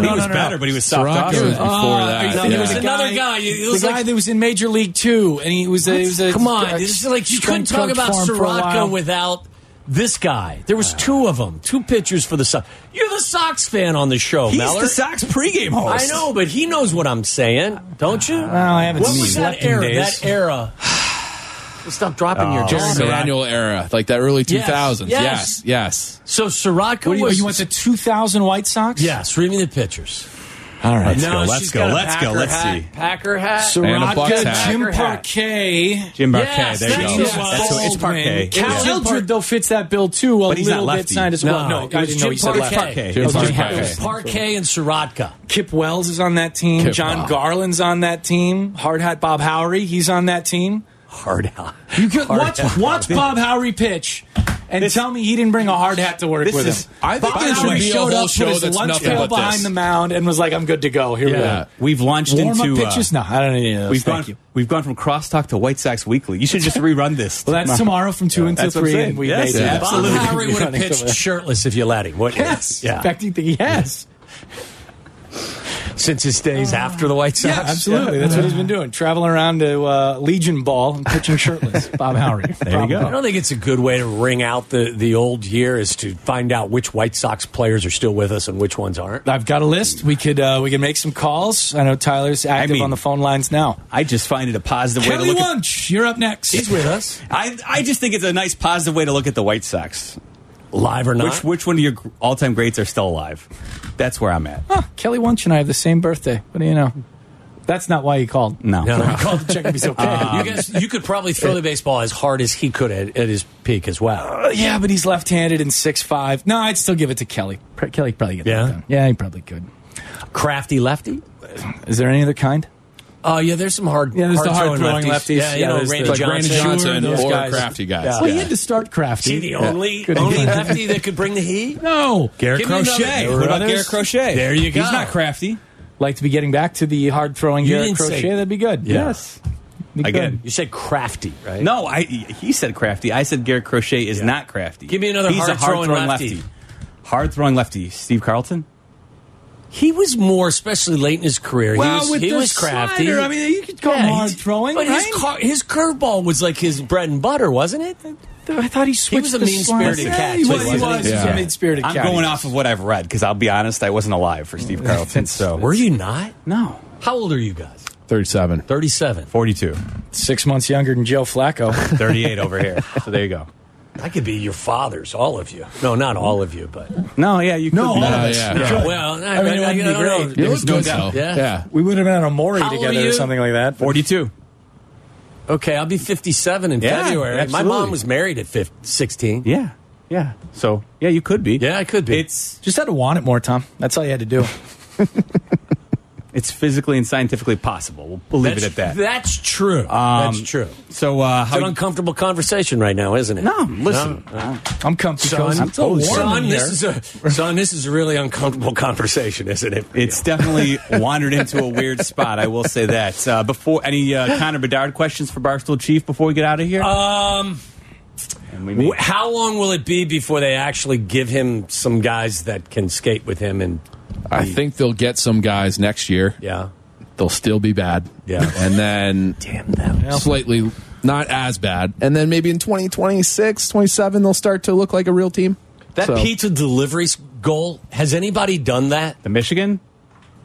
S2: He
S4: no,
S2: was
S4: no, no.
S2: better, but he was soft.
S5: Soroka
S2: offense.
S5: was before
S4: Ah,
S5: that.
S4: no,
S3: yeah.
S4: there was
S3: Yeah.
S4: a
S3: Another guy, it
S4: the
S3: was
S4: guy
S3: like-
S4: that was in Major League Two, and he was a, he was a
S3: Come on,
S4: a-
S3: this is like you couldn't
S4: strength
S3: talk
S4: coach
S3: about
S4: for him for a
S3: Soroka
S4: while.
S3: without this guy. There was two of them, two pitchers for the Sox. You're the Sox fan on the show,
S2: He's
S3: Mellor.
S2: the Sox pregame host.
S3: I know, but he knows what I'm saying, don't you?
S2: Uh,
S4: Well, I haven't
S3: what
S4: seen
S3: was
S4: him.
S3: that era?
S4: Days. Oh,
S3: That era. Well, Stop dropping your
S5: Jerry
S3: jaw.
S5: Manuel era, like that early 2000s.
S3: Yes.
S5: Yes. Yes.
S3: So Soraka
S4: What do you,
S3: was
S4: you went to 2000 White Sox?
S3: yes, reading the pitchers.
S2: All right, let's
S3: No,
S2: go.
S3: she's
S2: Let's go.
S3: got a
S2: Let's go.
S3: Packer
S2: Let's
S3: hat,
S2: see.
S3: Packer hat.
S5: And a Bucks
S4: Vodka
S5: hat.
S4: Jim
S3: Packer hat.
S4: Parquet.
S2: Jim Barquet.
S3: Yes,
S2: there you
S3: that's
S2: go.
S3: the one.
S2: That's what it's
S4: Baldwin.
S2: Parquet.
S4: Cal
S2: Yeah.
S4: Eldred, though, fits that bill, too, a
S2: But he's not
S4: little bit
S2: lefty.
S4: side as well. No, I
S3: it was
S4: didn't know
S3: Jim
S4: you said
S3: Parquet.
S4: left.
S2: Parquet.
S3: It was
S2: Jim
S3: Jim
S2: Parquet.
S3: It was Parquet and Sorotka.
S4: Kip Wells is on that team.
S5: Kip
S4: John
S5: Wells.
S4: Garland's on that team. Hard Hat Bob Howery, he's on that team.
S3: Hard out.
S4: You could
S3: Hard
S4: watch,
S3: hat.
S4: watch Bob Howery pitch and tell me he didn't bring a hard hat to work
S2: This
S4: with
S2: is-
S4: him.
S5: I think
S4: Bob
S5: there should
S4: Howery
S5: be a
S4: showed
S5: whole
S4: up
S5: show
S4: with his
S5: that's
S4: lunch
S5: nothing
S4: pail
S5: but
S4: behind
S5: this.
S4: the mound and was like, "I'm good to go. Here
S5: Yeah.
S2: We've launched
S4: we go." Warm up
S2: into. uh,
S4: pitches? no, I don't need any of those.
S2: We've
S4: Thank
S2: gone,
S4: you.
S2: we've gone from crosstalk to White Sox Weekly. You should just rerun this.
S4: Well, that's tomorrow from two until
S2: That's what I'm
S4: three,
S2: saying.
S4: and we
S2: Yes,
S4: may do
S2: yeah.
S4: that.
S3: Bob
S2: Absolutely.
S3: Harry would have
S4: Running
S3: pitched
S4: somewhere.
S3: shirtless if you let him. wouldn't he?
S4: Yes,
S3: Yeah.
S4: in fact, he think he has.
S3: Since his days after the White Sox.
S4: Yeah, absolutely. That's what he's been doing, traveling around to uh, Legion Ball and pitching shirtless. Bob Howery.
S2: There you go.
S3: I don't think it's a good way to ring out the, the old year is to find out which White Sox players are still with us and which ones aren't.
S4: I've got a list. We could uh, we could make some calls. I know Tyler's active
S2: mean-
S4: on the phone lines now.
S2: I just find it a positive way to
S4: Kelly
S2: look at.
S4: Wunsch, you're up next.
S3: He's with us.
S2: I, I just think it's a nice positive way to look at the White Sox.
S3: Live or not.
S2: Which which one of your all time greats are still alive? That's where I'm at.
S4: Huh, Kelly Wunsch and I have the same birthday. What do you know? That's not why he called.
S2: No.
S3: No, no. Call to check if he's
S4: Um,
S3: okay. you, guys, you could probably throw the baseball as hard as he could at, at his peak as well.
S4: Uh, yeah, but he's left-handed and six five. No, I'd still give it to Kelly. Pr- Kelly could probably get
S3: Yeah?
S4: that done. Yeah, he probably could.
S3: Crafty lefty.
S4: Is there any other kind?
S3: Oh yeah, there's some hard,
S4: Yeah, there's the hard-throwing lefties.
S3: Yeah, you
S4: Yeah,
S3: know
S4: there's
S3: Randy
S4: the-
S5: Like
S3: Johnson.
S5: Brandon Johnson
S4: those
S5: or
S4: guys.
S5: crafty guys.
S3: Yeah.
S4: Well, he had to start crafty.
S3: See the only
S4: Good
S3: only
S4: example.
S3: lefty that could bring the heat.
S4: no.
S3: Garrett
S2: Give me another-
S3: Crochet.
S2: What about
S4: Others?
S2: Garrett Crochet?
S3: There you go.
S2: He's not crafty.
S4: Like to be getting back to the hard throwing
S3: You
S4: Garrett
S3: didn't say-
S4: Crochet. That'd be good.
S3: Yeah.
S4: Yes.
S2: Again.
S3: You said crafty, right?
S2: No, I he said crafty. I said Garrett Crochet is not crafty.
S3: Give me another
S2: He's a
S3: hard-throwing
S2: hard-throwing
S3: lefty.
S2: Hard throwing lefty. Steve Carlton.
S3: He was more, especially late in his career.
S4: Well,
S3: he was,
S4: with
S3: he
S4: the
S3: was crafty.
S4: slider, I mean, you could call him hard
S3: he-
S4: throwing,
S3: But
S4: right?
S3: his, car, his curveball was like his bread and butter, wasn't it?
S4: I thought he switched.
S3: was a
S4: the
S3: mean-spirited
S4: slider.
S3: cat,
S4: Yeah, he
S3: too,
S4: was. He
S3: wasn't he?
S4: was. He was
S5: Yeah.
S4: a mean-spirited
S2: I'm
S4: cat.
S2: going off of what I've read because I'll be honest, I wasn't alive for Steve Carlton. So
S3: Were you not?
S2: No,
S3: How old are you guys?
S5: 37.
S3: 37.
S2: 42,
S4: Six months younger than Joe Flacco.
S2: 38 over here. So there you go.
S3: I could be your fathers, all of you. No, not all of you, but.
S2: No, yeah, you.
S4: No,
S2: could be.
S4: all of
S5: Uh,
S4: us.
S5: yeah.
S3: Yeah, well, I,
S4: I mean,
S3: I, I,
S4: that'd be
S3: don't know.
S4: great.
S5: It was
S4: no
S5: good
S4: doubt.
S5: though.
S3: Yeah.
S5: yeah.
S4: We would have been on a Maury
S3: How old are
S4: together
S3: you?
S4: or something like that.
S2: 42.
S3: Okay, I'll be 57 in
S2: Yeah,
S3: February. My mom
S2: absolutely.
S3: was married at 15, 16.
S2: Yeah, yeah. So yeah, you could be.
S3: Yeah, I could be.
S2: It's
S4: Just had to want it more, Tom. That's all you had to do.
S2: it's physically and scientifically possible. We'll, we'll leave
S3: that's,
S2: it at that.
S3: That's true.
S2: Um,
S3: that's true.
S2: So uh,
S3: It's an
S2: how?
S3: uncomfortable conversation right now, isn't it?
S2: no, listen.
S4: I'm comfy. cozy.
S2: I'm
S4: It's so warm
S2: totally-
S4: in
S3: Son,
S4: here.
S3: this is a son. This is a really uncomfortable conversation, isn't it?
S2: It's definitely wandered into a weird spot. I will say that. Uh, before any uh, Connor Bedard questions for Barstool Chief before we get out of here,
S5: Uh,
S3: um.
S2: and we
S3: wh-
S2: may-
S3: How long will it be before they actually give him some guys that can skate with him? And
S5: I think they'll get some guys next year.
S3: yeah,
S5: They'll still be bad.
S3: Yeah.
S5: And then
S3: damn them.
S5: slightly not as bad. And then maybe in 2026, 27, they'll start to look like a real team.
S3: That
S5: So-
S3: pizza delivery s- goal. Has anybody done that?
S2: the Michigan,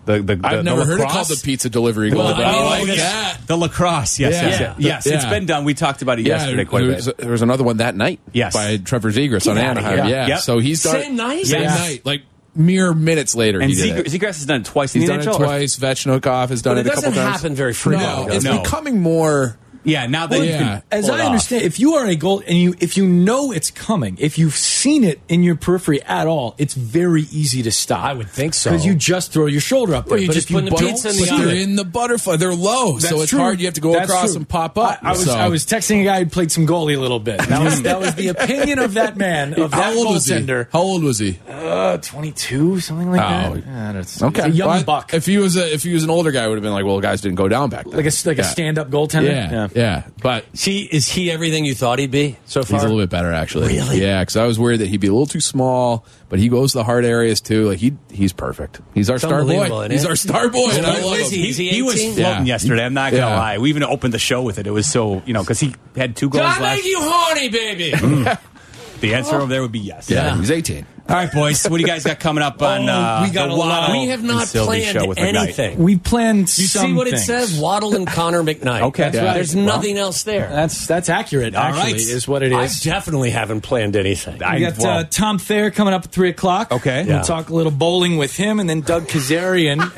S2: the the, the
S5: I've never
S2: the
S5: heard it
S2: lacrosse?
S5: called the pizza delivery goal.
S3: Well,
S5: but
S3: I mean,
S5: I
S3: like
S5: like
S3: this-
S5: that.
S2: The lacrosse, yes,
S5: Yeah.
S2: yes, yes, yes.
S5: Yeah.
S2: It's been done. We talked about it yesterday quite a
S5: there,
S2: bit.
S5: was, there was another one that night
S2: Yes.
S5: by Trevor Zegras on
S2: outta
S5: Anaheim.
S2: here.
S5: Yeah.
S2: Yep.
S5: So he's done
S3: Same night?
S5: Same
S2: Yes.
S5: night. Like mere minutes later
S2: and
S5: he did
S2: Zegr-
S5: it.
S2: Zegras has done it twice.
S5: He's
S2: in the
S5: done it
S2: NHL.
S5: twice. Vechnikov has done
S3: But it
S5: it, a couple
S3: doesn't
S5: times.
S3: happen very frequently.
S5: No,
S3: does
S5: it's
S3: it?
S2: No.
S5: becoming more.
S2: Yeah, now that you
S5: yeah.
S2: can
S4: As
S2: pull
S4: I
S2: it off.
S4: understand, if you are a goal and you if you know it's coming, if you've seen it in your periphery at all, it's very easy to stop.
S3: I would think so.
S4: because you just throw your shoulder up there.
S3: you're
S4: But
S3: just
S4: if you
S3: putting the
S4: don't
S3: pizza in
S5: But
S3: the
S4: see
S3: oven.
S5: they're
S4: it-
S5: in the butterfly. They're low, so
S4: That's
S5: it's
S4: true.
S5: hard. You have to go
S4: That's
S5: across
S4: true.
S5: and pop up.
S4: I, I was
S5: So-
S4: I was texting a guy who played some goalie a little bit. That was that was the opinion of that man of
S5: How
S4: that
S5: old was he?
S4: goaltender.
S5: How old was he?
S4: Uh, twenty two, something like
S5: Oh.
S4: that. Yeah, that's- he's a young
S5: Well,
S4: buck,
S5: If he was a, if he was an older guy, I would have been like, well, guys didn't go down back then.
S4: like a like a
S5: Yeah.
S4: stand up goaltender.
S5: Yeah, yeah, But
S3: She is he everything you thought he'd be so far?
S5: he's a little bit better actually.
S3: Really?
S5: Yeah, because I was worried that he'd be a little too small, but he goes to the hard areas too. Like he he's perfect. He's our star
S3: unbelievable,
S5: boy.
S3: isn't
S5: He's
S3: it?
S5: our star boy. and I
S3: What
S5: love
S3: is
S5: him.
S3: he? Is he
S2: He was
S3: 18?
S2: floating
S5: Yeah.
S2: yesterday. I'm not gonna
S5: Yeah.
S2: lie. We even opened the show with it. It was so you know because he had two goals
S3: I
S2: last.
S3: make you horny, baby.
S2: the answer over there would be yes.
S5: Yeah,
S3: Yeah.
S5: he's eighteen.
S2: All right, boys. What do you guys got coming up on?
S4: Oh,
S2: Uh,
S4: we got
S2: the
S4: a lot.
S2: Waddle
S3: we have
S2: and
S3: not
S2: Sylvie
S3: planned
S2: show with McKnight?
S3: anything.
S4: We planned.
S3: You see what it says? Waddle and Connor McKnight.
S2: Okay.
S3: That's
S2: Yeah.
S3: right. There's
S2: Well,
S3: nothing else there.
S4: That's that's accurate.
S2: All
S4: actually,
S2: right.
S4: is what it
S3: I
S4: is.
S3: definitely haven't planned anything.
S2: I-
S4: We got
S2: well-
S4: uh, Tom Thayer coming up at three o'clock.
S2: Okay.
S4: we'll
S3: Yeah.
S4: talk a little bowling with him, and then Doug Kazarian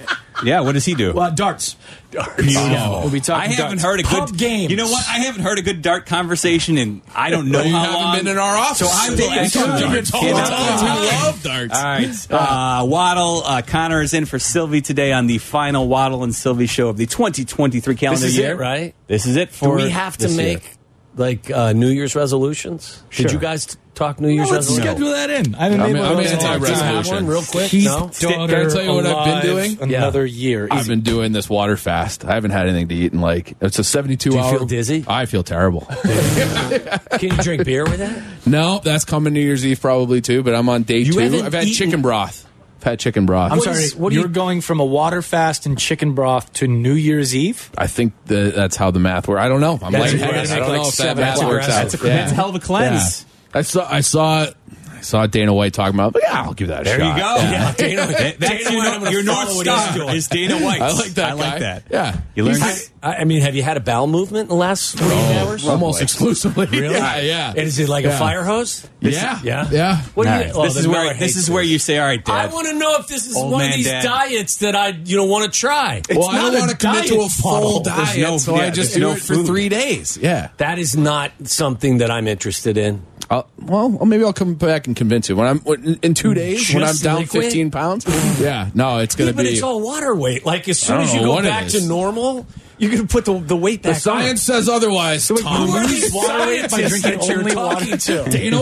S2: Yeah, what does he do?
S4: Well, darts.
S2: Beautiful.
S4: We'll be
S2: I
S4: talking
S2: haven't
S4: darts.
S2: heard a good
S4: Pub games.
S2: You know what? I haven't heard a good dart conversation, and I don't know
S5: you
S2: how
S5: haven't
S2: long.
S5: been in our office.
S2: So I will
S5: Damn,
S2: actually-
S5: son, you've been
S2: Yeah,
S5: talking
S2: that's
S5: all
S2: what
S5: the
S2: I'm
S5: time.
S2: talking.
S5: I love darts.
S2: All right, uh, Waddle uh, Connor is in for Sylvie today on the final Waddle and Sylvie show of the 2023 calendar
S3: is it,
S2: year.
S3: right?
S2: This is it
S3: Do
S2: for.
S3: we have to
S2: this year.
S3: make like uh, New Year's resolutions?
S2: Sure.
S3: Did you guys t- talk New Year's
S4: Let's
S3: resolutions?
S4: schedule that in. I haven't
S5: I'm-
S4: made
S5: I'm
S4: one
S5: anti-
S4: in a long
S3: Did you
S4: time.
S3: have one real quick?
S4: Keith
S3: no.
S4: daughter
S5: Can I tell you what I've been
S4: alive
S5: doing?
S4: Another year.
S5: I've been doing this water fast. I haven't had anything to eat in like it's a seventy-two
S3: Do you
S5: hour.
S3: feel dizzy?
S5: I feel terrible.
S3: Can you drink beer with that?
S5: no, that's coming New Year's Eve probably too. But I'm on day two.
S3: haven't
S5: I've had
S3: eaten-
S5: chicken broth. I've had chicken broth.
S4: I'm
S3: What
S4: sorry.
S3: is- what do
S4: you're
S3: you-
S4: going from a water fast and chicken broth to New Year's Eve?
S5: I think the, that's how the math works. I don't know. I'm
S3: That's
S5: like,
S3: aggressive.
S5: I don't know
S3: Like
S5: if that
S3: seven
S5: math
S3: hours.
S5: works out.
S3: That's
S2: a- that's a hell of a cleanse.
S5: Yeah. I saw. I saw. I saw Dana White talking about. Yeah, I'll give that a
S2: There
S5: shot.
S2: you go.
S3: Yeah, Dana-
S2: That- that's
S3: Dana
S2: your,
S3: White, I'm
S2: nor-
S3: gonna
S2: your north
S3: follow what he's
S2: star
S3: doing.
S2: is Dana White.
S5: I like that.
S2: I like
S5: guy.
S2: that.
S5: Yeah,
S2: You learned
S3: I, I I mean, have you had a bowel movement in the last three hours?
S5: almost exclusively.
S3: Oh. Really?
S5: Oh, Yeah, yeah.
S3: And is it like a fire hose?
S5: yeah,
S3: yeah.
S5: yeah.
S3: What do
S2: All
S3: you-
S2: right.
S3: oh,
S2: this
S3: the
S2: is
S3: Miller
S2: where
S3: hates
S2: this is where you say, "All right,
S3: I
S2: Dad."
S3: want to know if this is
S2: Old
S3: one of
S2: man
S3: these
S2: Dad.
S3: diets that I you know want to try.
S5: Well, I
S4: not
S5: don't
S4: a
S5: want to commit to a
S4: diet
S5: full
S4: model.
S5: diet,
S2: There's no-
S5: so I
S2: yeah,
S5: just
S2: there's
S5: do
S2: no
S5: it for
S2: food.
S5: three days. Yeah.
S3: That is not something that I'm interested in.
S5: I'll, well, maybe I'll come back and convince you when I'm when, in two days when I'm
S3: Just
S5: down
S3: liquid?
S5: 15 pounds. yeah. No, it's gonna
S3: Yeah, but
S5: be.
S3: it's all water weight. Like as
S5: I
S3: soon
S5: don't
S3: as you
S5: know
S3: go
S5: what it
S3: back to
S5: is.
S3: normal, you're going to put the, the weight back.
S5: the science says otherwise. Tom.
S3: on. Who are
S5: Who's
S3: these water weight by
S4: scientists
S3: drinking
S4: that you're
S3: only
S4: talking
S3: water? To?
S5: Dana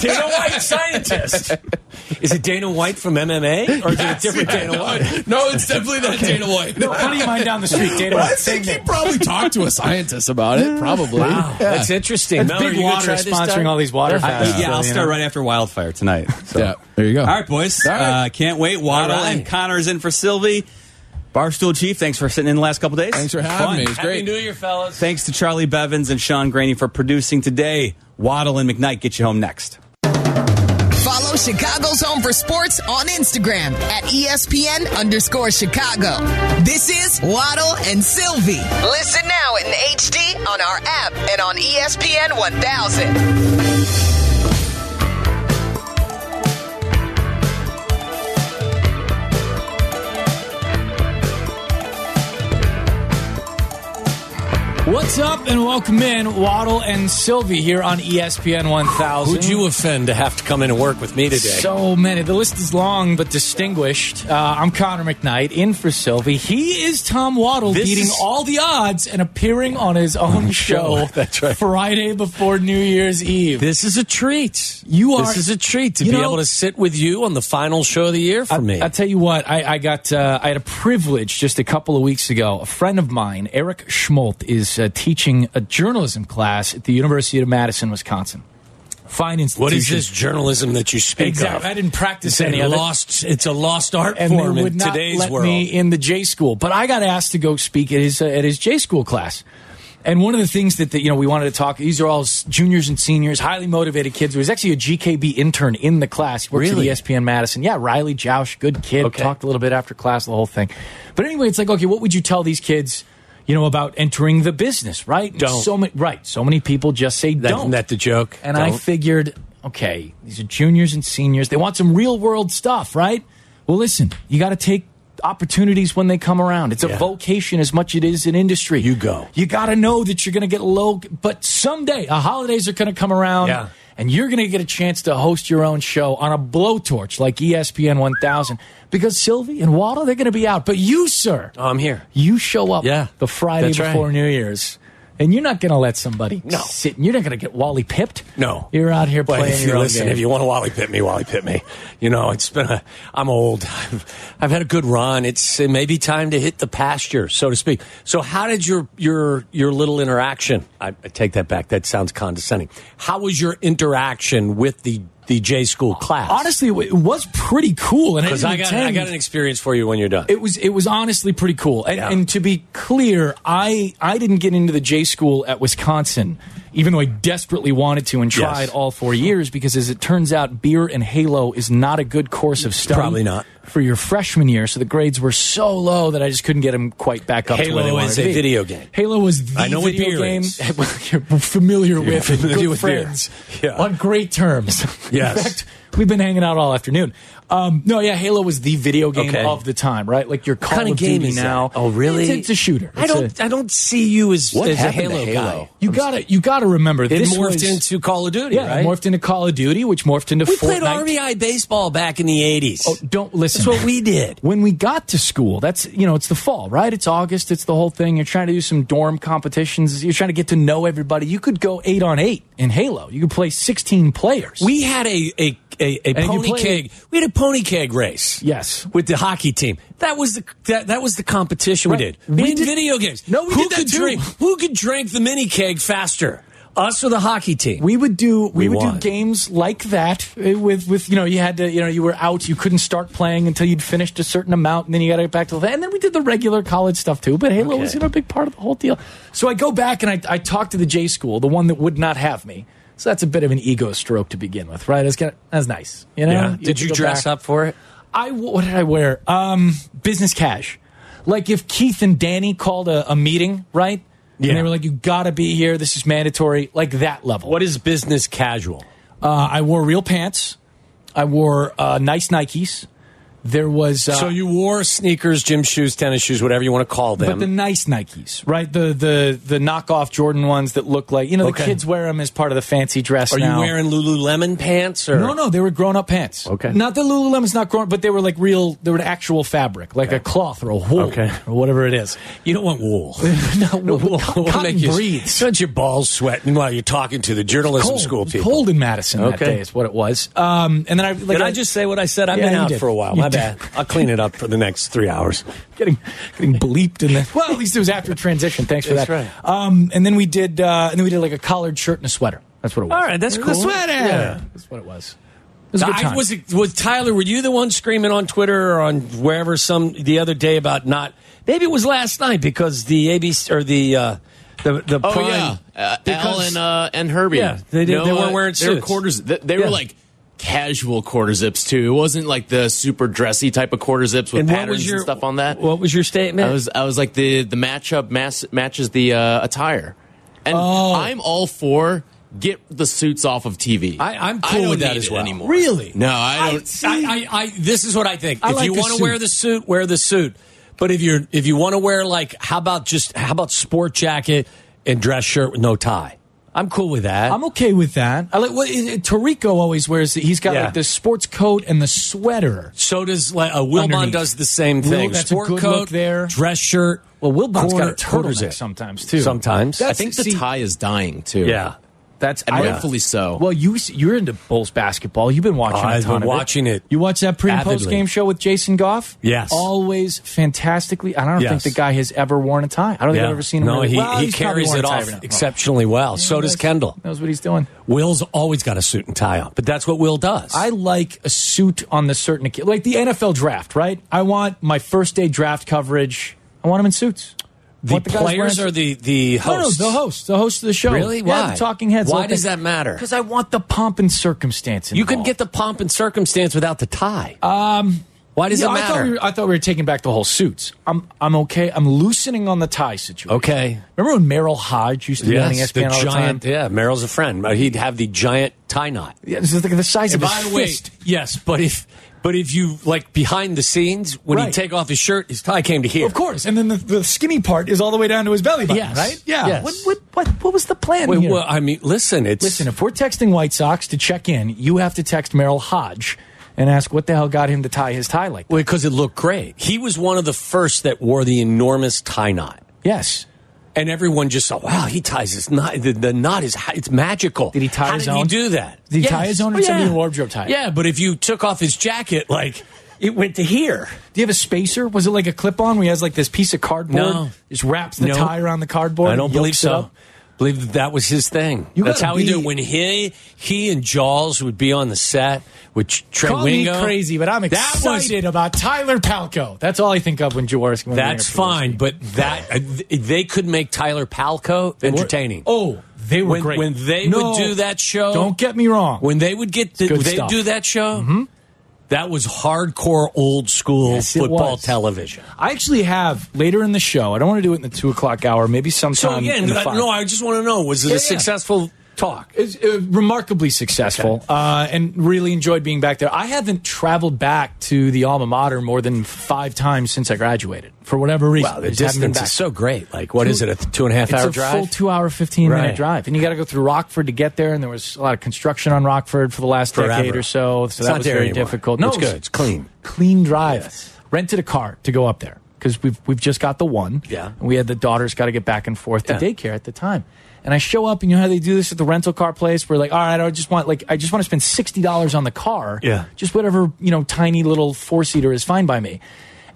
S3: Dana White scientist. Is it Dana White from MMA or is it a different Dana White?
S5: no, it's definitely not Dana White.
S4: A buddy of mine down the street, Dana
S5: I
S4: White.
S5: think he probably talked to a scientist about it. Probably.
S3: Wow, that's interesting. Mel, are
S4: Big
S3: you gonna
S4: water
S3: try
S4: is
S3: this diet?
S4: sponsoring all these water
S2: I-
S4: fasts.
S2: yeah, I'll
S4: you know?
S2: start right after Wildfire tonight. So.
S5: Yeah. There you go.
S2: All right, boys.
S5: All right.
S2: Uh, can't wait. Waddle
S3: All right.
S2: and Connor's in for Sylvie. Barstool Chief, thanks for sitting in the last couple days.
S5: Thanks for
S2: It's
S5: having
S2: fun.
S5: me. It was
S3: Happy
S5: great.
S3: New Year, fellas.
S2: Thanks to Charlie Bevins and Sean Graney for producing today. Waddle and McKnight get you home next.
S1: Follow Chicago's Home for Sports on Instagram at E ESPN underscore Chicago. This is Waddle and Sylvie. Listen now in HD on our app and on E ESPN 1000.
S4: What's up and welcome in Waddle and Sylvie here on E ESPN 1000.
S3: Who'd you offend to have to come in and work with me today?
S4: So many. The list is long but distinguished. Uh, I'm Connor McKnight, in for Sylvie. He is Tom Waddle,
S3: This
S4: beating
S3: is-
S4: all the odds and appearing on his own show.
S3: That's right.
S4: Friday before New Year's Eve.
S3: This is a treat.
S4: You are-
S3: This is a treat to
S4: You
S3: be
S4: know-
S3: able to sit with you on the final show of the year for
S4: I,
S3: me.
S4: I tell you what, I, I got uh, I had a privilege just a couple of weeks ago. A friend of mine, Eric Schmolt, is uh, teaching a journalism class at the University of Madison, Wisconsin. Fine institution.
S3: what is this journalism that you speak
S4: Exactly.
S3: of?
S4: I didn't practice
S3: It's a
S4: any of it.
S3: lost. It's a lost art
S4: and they
S3: form
S4: would
S3: in
S4: not
S3: today's
S4: let
S3: world.
S4: me in the J school. But I got asked to go speak at his uh, at his J school class. And one of the things that, that you know we wanted to talk these are all s- juniors and seniors, highly motivated kids. There was actually a GKB intern in the class. He works
S3: Really?
S4: at E ESPN Madison. Yeah, Riley Joush, good kid.
S3: Okay.
S4: Talked a little bit after class, the whole thing. But anyway, it's like okay, what would you tell these kids? You know about entering the business, right? And
S3: Don't.
S4: So many, right? So many people just say
S3: That-
S4: don't.
S3: Isn't that the joke?
S4: And I
S3: Don't.
S4: figured, okay, these are juniors and seniors. They want some real world stuff, right? Well, listen, you got to take opportunities when they come around. It's a
S3: Yeah.
S4: vocation as much it is an industry.
S3: You go.
S4: You got to know that you're going to get low, but someday the holidays are going to come around.
S3: Yeah.
S4: And you're going to get a chance to host your own show on a blowtorch like E ESPN 1000 because Sylvie and Waddle, they're going to be out. But you, sir,
S3: Oh, I'm here.
S4: you show up
S3: Yeah,
S4: the Friday
S3: that's right.
S4: before New Year's, and you're not going to let somebody
S3: No.
S4: sit. You're not going to get Wally pipped.
S3: No.
S4: you're out here
S3: But
S4: playing
S3: if you
S4: your own
S3: listen,
S4: game.
S3: if you want to Wally pit me, Wally pit me. You know, it's been a. I'm old. I've, I've had a good run. It's it may be time to hit the pasture, so to speak. So, how did your your your little interaction? I, I take that back. That sounds condescending. How was your interaction with the the J school class?
S4: Honestly, it wa- it was pretty cool, and I,
S3: because
S4: didn't
S3: I got I
S4: intend-
S3: got an experience for you when you're done.
S4: It was it was honestly pretty cool. And,
S3: Yeah.
S4: and to be clear, I I didn't get into the J school at Wisconsin, even though I desperately wanted to and tried
S3: Yes.
S4: all four years because, as it turns out, beer and Halo is not a good course of study.
S3: Probably not.
S4: for your freshman year. So the grades were so low that I just couldn't get them quite back up. to where they
S3: Halo
S4: wanted
S3: is
S4: to
S3: a
S4: be.
S3: video game.
S4: Halo was the
S3: I know what
S4: video
S3: beer
S4: game
S3: is.
S4: you're familiar with. and
S3: familiar
S4: good
S3: with beer.
S4: friends
S3: Yeah.
S4: on great terms.
S3: Yes.
S4: In fact, We've been hanging out all afternoon. Um, no, yeah, Halo was the video game
S3: Okay.
S4: of the time, right? Like your Call
S3: kind of
S4: of
S3: game
S4: Duty
S3: is that?
S4: now.
S3: Oh, really?
S4: It's, it's a shooter.
S3: I
S4: It's a-
S3: don't. I I don't see you as,
S5: What
S3: as a
S5: happened
S3: Halo,
S5: to Halo?
S3: guy.
S4: you gotta you gotta remember
S3: It
S4: this
S3: morphed
S4: was-
S3: into Call of Duty.
S4: yeah, it
S3: right?
S4: morphed into Call of Duty, which morphed into
S3: We
S4: Fortnite.
S3: played RBI baseball back in the eighties.
S4: Oh, don't listen.
S3: That's what we did.
S4: When we got to school, that's you know, it's the fall, right? It's August, it's the whole thing. You're trying to do some dorm competitions, you're trying to get to know everybody. You could go eight on eight in Halo. You could play sixteen players.
S3: We had a a, a, a
S4: And you
S3: pony
S4: played-
S3: keg. We had a pony keg race.
S4: Yes.
S3: with the hockey team. That was the that, that was the competition
S4: Right.
S3: we did.
S4: We
S3: We, did
S4: did-
S3: video games.
S4: No, we
S3: who
S4: did that
S3: could
S4: too.
S3: drink who could drink the mini keg faster? Us or the hockey team?
S4: we would do we,
S3: We
S4: would
S3: won.
S4: do games like that uh, with with you know you had to you know you were out you couldn't start playing until you'd finished a certain amount and then you got to get back to the and then we did the regular college stuff too but Halo was
S3: Okay.
S4: you know a big part of the whole deal so I go back and I I talk to the J school the one that would not have me so that's a bit of an ego stroke to begin with right that's kind of that's nice you know
S3: Yeah. Did you dress up for it?
S4: I what did I wear um business cash like if Keith and Danny called a, a meeting right
S3: Yeah.
S4: and they were like you got to be here this is mandatory like that level
S3: What is business casual?
S4: uh, I wore real pants. I wore uh, nice Nikes. There was uh,
S3: so you wore sneakers, gym shoes, tennis shoes, whatever you want to call them.
S4: but the nice Nikes, right? The the the knockoff Jordan ones that look like you know
S3: Okay.
S4: the kids wear them as part of the fancy dress.
S3: Are
S4: now.
S3: you wearing Lululemon pants or
S4: No, no, they were grown up pants.
S3: Okay.
S4: Not the Lululemon's not grown, but they were like real. They were actual fabric, like a cloth or a wool
S3: Okay.
S4: or whatever it is.
S3: You don't want wool.
S4: no, wool,
S3: Wool-
S4: cotton
S3: wool make you-
S4: breathes.
S3: Sends your balls sweating while you're talking to the journalism
S4: cold.
S3: school
S4: It was
S3: people.
S4: cold in Madison that
S3: Okay.
S4: day is what it was. Um, and then I like
S3: Did I just say what I said? I've
S4: Yeah,
S3: been
S4: you
S3: out
S4: did.
S3: for a while.
S4: You
S3: My
S4: did.
S3: bad. I'll clean it up for the next three hours.
S4: getting getting bleeped in the well at least it was after transition thanks for
S3: That's
S4: that
S3: right.
S4: um and then we did uh and then we did like a collared shirt and a sweater that's what it was
S3: All right, that's
S4: The
S3: cool.
S4: sweater
S3: Yeah.
S4: that's what it was it was a good
S3: I
S4: time.
S3: was was Tyler. Were you the one screaming on Twitter or on wherever some the other day about not? Maybe it was last night because the ABC or the uh, the the
S6: Oh
S3: prime,
S6: yeah, uh, Al
S3: because-
S6: and uh, and Herbie. uh,
S3: Yeah, they did- they weren't wearing
S6: They were
S3: suits.
S6: quarters. They, they
S3: Yeah.
S6: were like casual quarter zips too. It wasn't like the super dressy type of quarter zips with
S3: and what
S6: patterns
S3: was your
S6: and stuff on that.
S3: What was your statement?
S6: I was I was like the the matchup mass, matches the uh, attire, and
S3: Oh.
S6: I'm all for get the suits off of TV.
S3: I, am
S6: I
S3: cool
S6: don't
S3: with that
S6: need
S3: as
S6: it
S3: well.
S6: anymore.
S3: Really?
S6: No, I don't.
S3: I, I, I, this is what I think.
S4: I
S3: if
S4: like
S3: you
S4: the
S3: want
S4: suit.
S3: to wear the suit, wear the suit. But if you're if you want to wear like how about just how about sport jacket and dress shirt with no tie? I'm cool with that.
S4: I'm okay with that. I like what is it- Tarico always wears. it. He's got
S3: Yeah.
S4: like the sports coat and the sweater.
S3: So does like uh, Wilbon
S4: Underneath.
S3: does the same
S4: Wil-
S3: thing.
S4: that's a
S3: Sport
S4: good
S3: coat
S4: look there.
S3: dress shirt. Well, Wilbon's
S4: Corner-
S3: quarter
S4: turtleneck
S3: zip.
S4: sometimes, too.
S3: Sometimes,
S6: I
S4: That's-
S6: think the
S4: see-
S6: tie is dying too.
S3: yeah.
S4: That's
S6: and rightfully so.
S4: Well, you s- you're into Bulls basketball. You've Oh, been watching.
S3: I've
S4: a ton
S3: been
S4: of
S3: watching it
S4: You watch that pre and
S3: avidly.
S4: post game show with Jason Goff.
S3: Yes.
S4: always fantastically. I don't
S3: Yes.
S4: think the guy has ever worn a tie. I don't think
S3: Yeah.
S4: I've ever seen him.
S3: No,
S4: really-
S3: he,
S4: Well,
S3: he
S4: he's probably
S3: carries
S4: worn a
S3: it
S4: tie
S3: off
S4: every now and then.
S3: exceptionally well. so does Kendall.
S4: Knows what he's doing.
S3: Will's always got a suit and tie on, but that's what Will does.
S4: I like a suit on the certain occa- like the NFL draft, right? I want my first day draft coverage. I want them in suits.
S3: the,
S4: What guys
S3: players
S4: wearing-
S3: are the the
S4: No, no,
S3: hosts.
S4: the host, the host of the show.
S3: Really?
S4: Yeah,
S3: Why?
S4: the talking heads.
S3: Why does that matter?
S4: Because I want the pomp and circumstance.
S3: You can
S4: involved.
S3: get the pomp and circumstance without the tie. Oh. Um, why does
S4: Yeah,
S3: it
S4: I thought,
S3: matter?
S4: we were, I thought we were taking back the whole suits. I'm I'm okay. I'm loosening on the tie situation.
S3: Okay.
S4: Remember when Merrill Hodge used to
S3: Yes,
S4: be
S3: the
S4: on E ESPN all
S3: giant.
S4: the time?
S3: yeah, Merrill's a friend. Uh, He'd have the giant tie knot.
S4: Yeah, this is like the size
S3: And
S4: of
S3: by
S4: his
S3: the way,
S4: fist.
S3: yes, but if but if you like behind the scenes when he'd
S4: Right.
S3: take off his shirt, his tie came to here.
S4: Of course, and then the, the skinny part is all the way down to his belly button,
S3: Yes.
S4: right? Yeah.
S3: Yes.
S4: What, what what what was the plan
S3: Wait,
S4: here?
S3: well, I mean, listen, it's
S4: Listen, if we're texting White Sox to check in, you have to text Merrill Hodge and ask what the hell got him to tie his tie like that.
S3: because it looked great. He was one of the first that wore the enormous tie knot,
S4: Yes.
S3: and everyone just saw, wow, he ties his knot. The, the knot is hi- it's magical.
S4: Did he tie
S3: How
S4: his
S3: did
S4: own?
S3: He do that?
S4: Did he tie his own or
S3: Oh,
S4: somebody in the wardrobe tie it?
S3: Yeah, but if you took off his jacket, like it went to here.
S4: Do you have a spacer? Was it like a clip on where he has like this piece of cardboard?
S3: No.
S4: Just wraps the
S3: No.
S4: tie around the cardboard?
S3: I don't
S4: and
S3: believe
S4: yokes it
S3: so.
S4: up?
S3: Believe that, that was his thing.
S4: You
S3: That's
S4: gotta
S3: how he
S4: be-
S3: did it. when he he and Jaws would be on the set with Trey
S4: Call
S3: Wingo.
S4: me crazy, but I'm
S3: That was-
S4: excited about Tyler Palco. That's all I think of when Jaworski. when we
S3: That's
S4: hear Jaworski.
S3: fine, but that uh, th- they could make Tyler Palco entertaining.
S4: Oh, they were
S3: when,
S4: great.
S3: when they
S4: No,
S3: would do that show.
S4: Don't get me wrong.
S3: when they would get the,
S4: Good
S3: they
S4: stuff.
S3: do that show. That was hardcore old school
S4: Yes, it
S3: football
S4: was.
S3: television.
S4: I actually have later in the show. I don't want to do it in the two o'clock hour. Maybe sometime.
S3: So again,
S4: in the
S3: I-
S4: five.
S3: no, I just want to know: was it
S4: Yeah,
S3: a
S4: yeah.
S3: successful talk.
S4: It's uh, remarkably successful uh, and really enjoyed being back there. I haven't traveled back to the alma mater more than five times since I graduated for whatever reason.
S3: Wow, the
S4: Just haven't been back.
S3: distance is so great. Like, what is it? A th- two and a half
S4: it's
S3: hour
S4: a
S3: drive?
S4: full two hour, 15
S3: Right.
S4: minute drive. And you got to go through Rockford to get there. And there was a lot of construction on Rockford for the last
S3: Forever.
S4: decade or so. So that
S3: not
S4: was
S3: there
S4: very
S3: anymore.
S4: difficult.
S3: It's
S4: it's-
S3: good. It's clean.
S4: Clean drive. Rented a car to go up there because we've, we've just got the one.
S3: Yeah.
S4: And we had the daughters got to get back and forth to
S3: Yeah.
S4: daycare at the time. And I show up, and you know how they do this at the rental car place. We're like, all right, I just want like I just want to spend sixty dollars on the car.
S3: Yeah.
S4: just whatever you know, tiny little four seater is fine by me.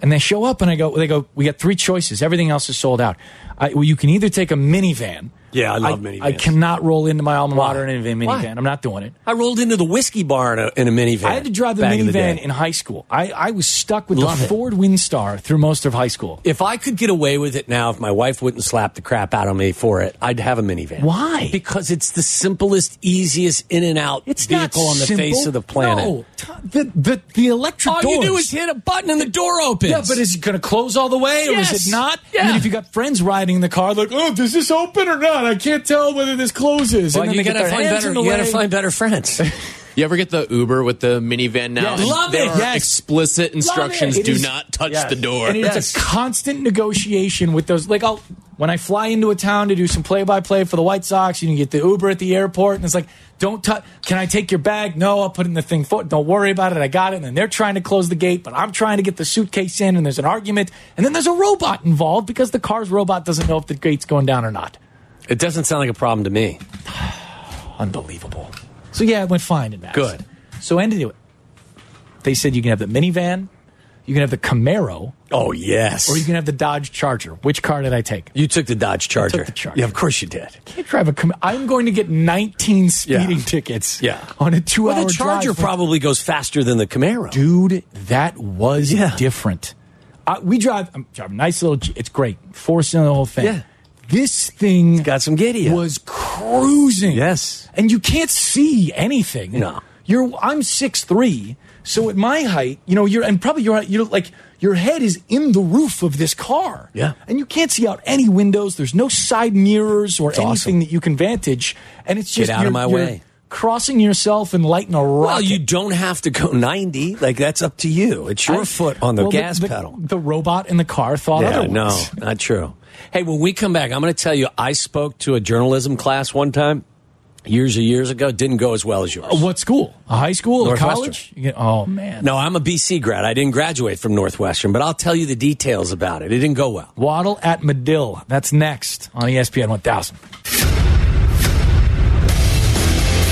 S4: And they show up, and I go, they go, we got three choices. Everything else is sold out. I, well, you can either take a minivan.
S3: Yeah, I love minivans.
S4: I cannot roll into my alma mater
S3: Why?
S4: in a minivan.
S3: Why?
S4: I'm not doing it.
S3: I rolled into the whiskey bar in a, in a minivan.
S4: I had to drive the
S3: back in
S4: minivan in,
S3: day.
S4: high school. I, I was stuck with
S3: Love
S4: the
S3: it.
S4: Ford Windstar through most of high school.
S3: if I could get away with it now, if my wife wouldn't slap the crap out of me for it, I'd have a minivan.
S4: Why?
S3: Because it's the simplest, easiest in and out
S4: It's not
S3: vehicle on the
S4: simple.
S3: face of the planet.
S4: No, Tom, the the, the electric
S3: All
S4: doors.
S3: you do is hit a button and the door opens.
S4: yeah, but is it going to close all the way, or
S3: Yes.
S4: is it not?
S3: Yeah.
S4: And then if you got friends riding in the car, like, oh, does this open or not? I can't tell whether this closes.
S3: well,
S4: and then
S3: you
S4: they get
S3: gotta
S4: their
S3: find
S4: hands
S3: better.
S4: in the
S3: You gotta
S4: way.
S3: find better friends.
S6: You ever get the Uber with the minivan now?
S4: Yes.
S6: And
S3: Love
S6: there
S3: it,
S6: are
S3: yes.
S6: explicit instructions:
S4: It
S6: do
S4: is-
S6: not touch
S4: yes.
S6: the door.
S4: And it's
S3: Yes.
S4: a constant negotiation with those. Like, I'll when I fly into a town to do some play-by-play for the White Sox, you can get the Uber at the airport, and it's like, don't touch. Can I take your bag? No, I'll put it in the thing. For don't worry about it. I got it. And then they're trying to close the gate, but I'm trying to get the suitcase in, and there's an argument, and then there's a robot involved because the car's robot doesn't know if the gate's going down or not.
S3: it doesn't sound like a problem to me.
S4: Unbelievable. So yeah, it went fine in Mass.
S3: Good.
S4: So anyway, they said you can have the minivan, you can have the Camaro.
S3: Oh yes.
S4: Or you can have the Dodge Charger. Which car did I take?
S3: You took the Dodge Charger.
S4: the Charger.
S3: Yeah, of course you did.
S4: I drive a com- I'm going to get 19 speeding
S3: Yeah.
S4: tickets.
S3: Yeah.
S4: on a two-hour
S3: Well, the
S4: drive
S3: Charger
S4: from-
S3: probably goes faster than the Camaro.
S4: Dude, that was
S3: Yeah.
S4: different. I, we drive. I'm driving a nice little. G- It's great. Four cylinder the whole thing.
S3: Yeah.
S4: This thing
S3: got some giddy up.
S4: Was cruising.
S3: Yes.
S4: And you can't see anything.
S3: No.
S4: You're. I'm six three. So at my height, you know, you're and probably you're you're like your head is in the roof of this car.
S3: Yeah.
S4: And you can't see out any windows. There's no side mirrors or anything
S3: awesome.
S4: that you can vantage. And it's
S3: Get
S4: just
S3: out of
S4: you're-
S3: my
S4: you're
S3: way.
S4: Crossing yourself and lighting a rocket.
S3: Well, you don't have to go 90. Like, that's up to you. It's your
S4: I-
S3: foot on the
S4: Well,
S3: gas pedal.
S4: The robot in the car thought
S3: yeah,
S4: otherwise.
S3: no, not true. Hey, when we come back, I'm going to tell you I spoke to a journalism class one time years and years ago. Didn't go as well as yours.
S4: Uh, What school? A high school? A
S3: Northwestern.
S4: college? You get- oh man.
S3: No, I'm a BC grad. I didn't graduate from Northwestern, but I'll tell you the details about it. It didn't go well.
S4: Waddle at Medill. That's next on
S3: E
S4: ESPN 1000.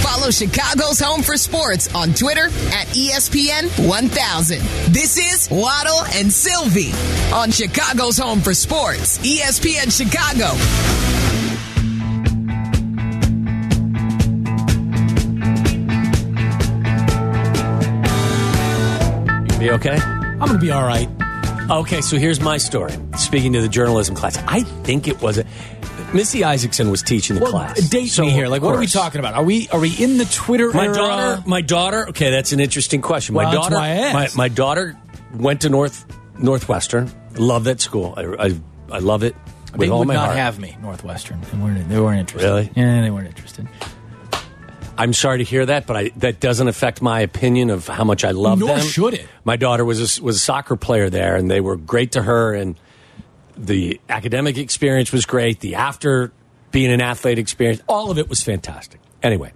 S1: Follow Chicago's Home for Sports on Twitter at E ESPN 1000. This is Waddle and Sylvie on Chicago's Home for Sports, E ESPN Chicago.
S3: Be okay?
S4: I'm going to be all right.
S3: Okay, so here's my story. Speaking to the journalism class, I think it was a, Missy Isaacson was teaching the
S4: Well,
S3: class.
S4: date
S3: So,
S4: me here. Like,
S3: of
S4: what are we
S3: course.
S4: talking about? Are we are we in the Twitter?
S3: My
S4: era?
S3: daughter, my daughter. Okay, that's an interesting question. my
S4: Well, that's
S3: daughter,
S4: why I asked.
S3: My, my daughter went to North Northwestern. Love that school. I, I, I love it with
S4: They
S3: all
S4: would
S3: my
S4: not
S3: heart.
S4: have me. Northwestern. They weren't, they weren't interested.
S3: Really?
S4: Yeah, they weren't interested.
S3: I'm sorry to hear that, but I, that doesn't affect my opinion of how much I love
S4: Nor
S3: them.
S4: should it.
S3: My daughter was a, was a soccer player there, and they were great to her, and the academic experience was great. The after being an athlete experience, all of it was fantastic. Anyway,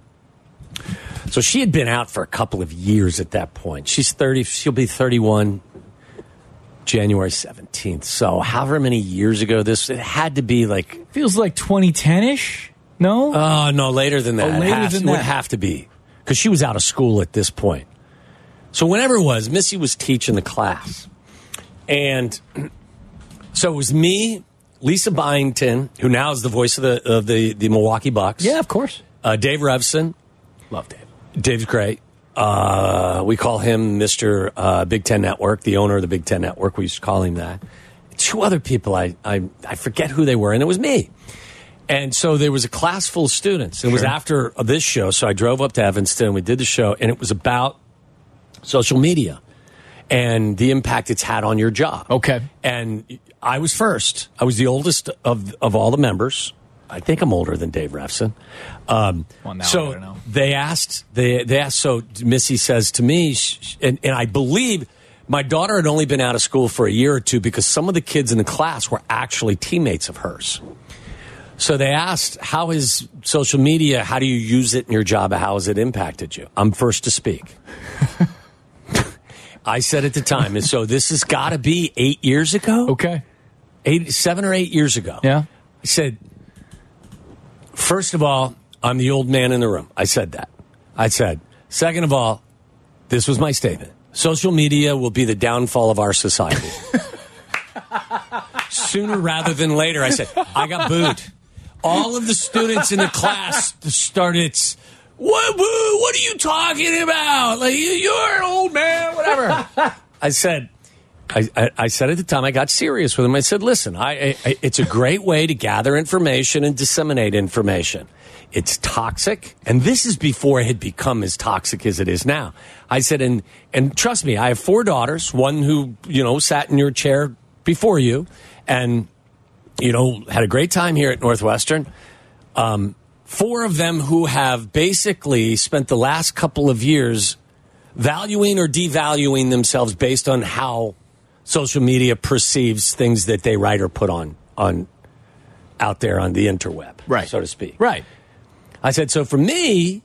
S3: so she had been out for a couple of years at that point. She's thirty; she'll be thirty-one January seventeenth. So, however many years ago this, it had to be like
S4: Feels like 2010 ish. No.
S3: Oh no, later than that.
S4: Oh, later
S3: Has-
S4: than
S3: It would
S4: that.
S3: have to be because she was out of school at this point. So whenever it was, Missy was teaching the class, and so it was me, Lisa Byington, who now is the voice of the of the, the Milwaukee Bucks.
S4: yeah, of course.
S3: uh, Dave Revson.
S4: Love Dave.
S3: Dave's great. Uh, we call him Mister uh, Big Ten Network, the owner of the Big Ten Network. We used to call him that. Two other people, I, I I forget who they were, and it was me. And so there was a class full of students. It was after this show, so I drove up to Evanston. We did the show, and it was about social media and the impact it's had on your job.
S4: Okay.
S3: And I was first. I was the oldest of of all the members. I think I'm older than Dave Refson. Um,
S4: Well, now I
S3: so
S4: don't know.
S3: they asked. They they asked. So Missy says to me, sh- sh- and and I believe my daughter had only been out of school for a year or two because some of the kids in the class were actually teammates of hers. So they asked, "How is social media? How do you use it in your job? How has it impacted you?" I'm first to speak. I said at the time, and so this has got to be eight years ago
S4: Okay.
S3: eight, seven or eight years ago.
S4: Yeah.
S3: I said, first of all, I'm the old man in the room. I said that. I said, second of all, this was my statement. Social media will be the downfall of our society. Sooner rather than later, I said, I got booed. All of the students in the class started, what, woo, what are you talking about? Like, you- you're an old man, whatever. I said, I, I, I said at the time I got serious with him. I said, "Listen, I, I, it's a great way to gather information and disseminate information. It's toxic, and this is before it had become as toxic as it is now." I said, "And and trust me, I have four daughters. One who you know sat in your chair before you, and you know had a great time here at Northwestern. Um, four of them who have basically spent the last couple of years valuing or devaluing themselves based on how social media perceives things that they write or put on on out there on the interweb,
S6: Right.
S3: so to speak.
S4: Right.
S3: I said, so for me,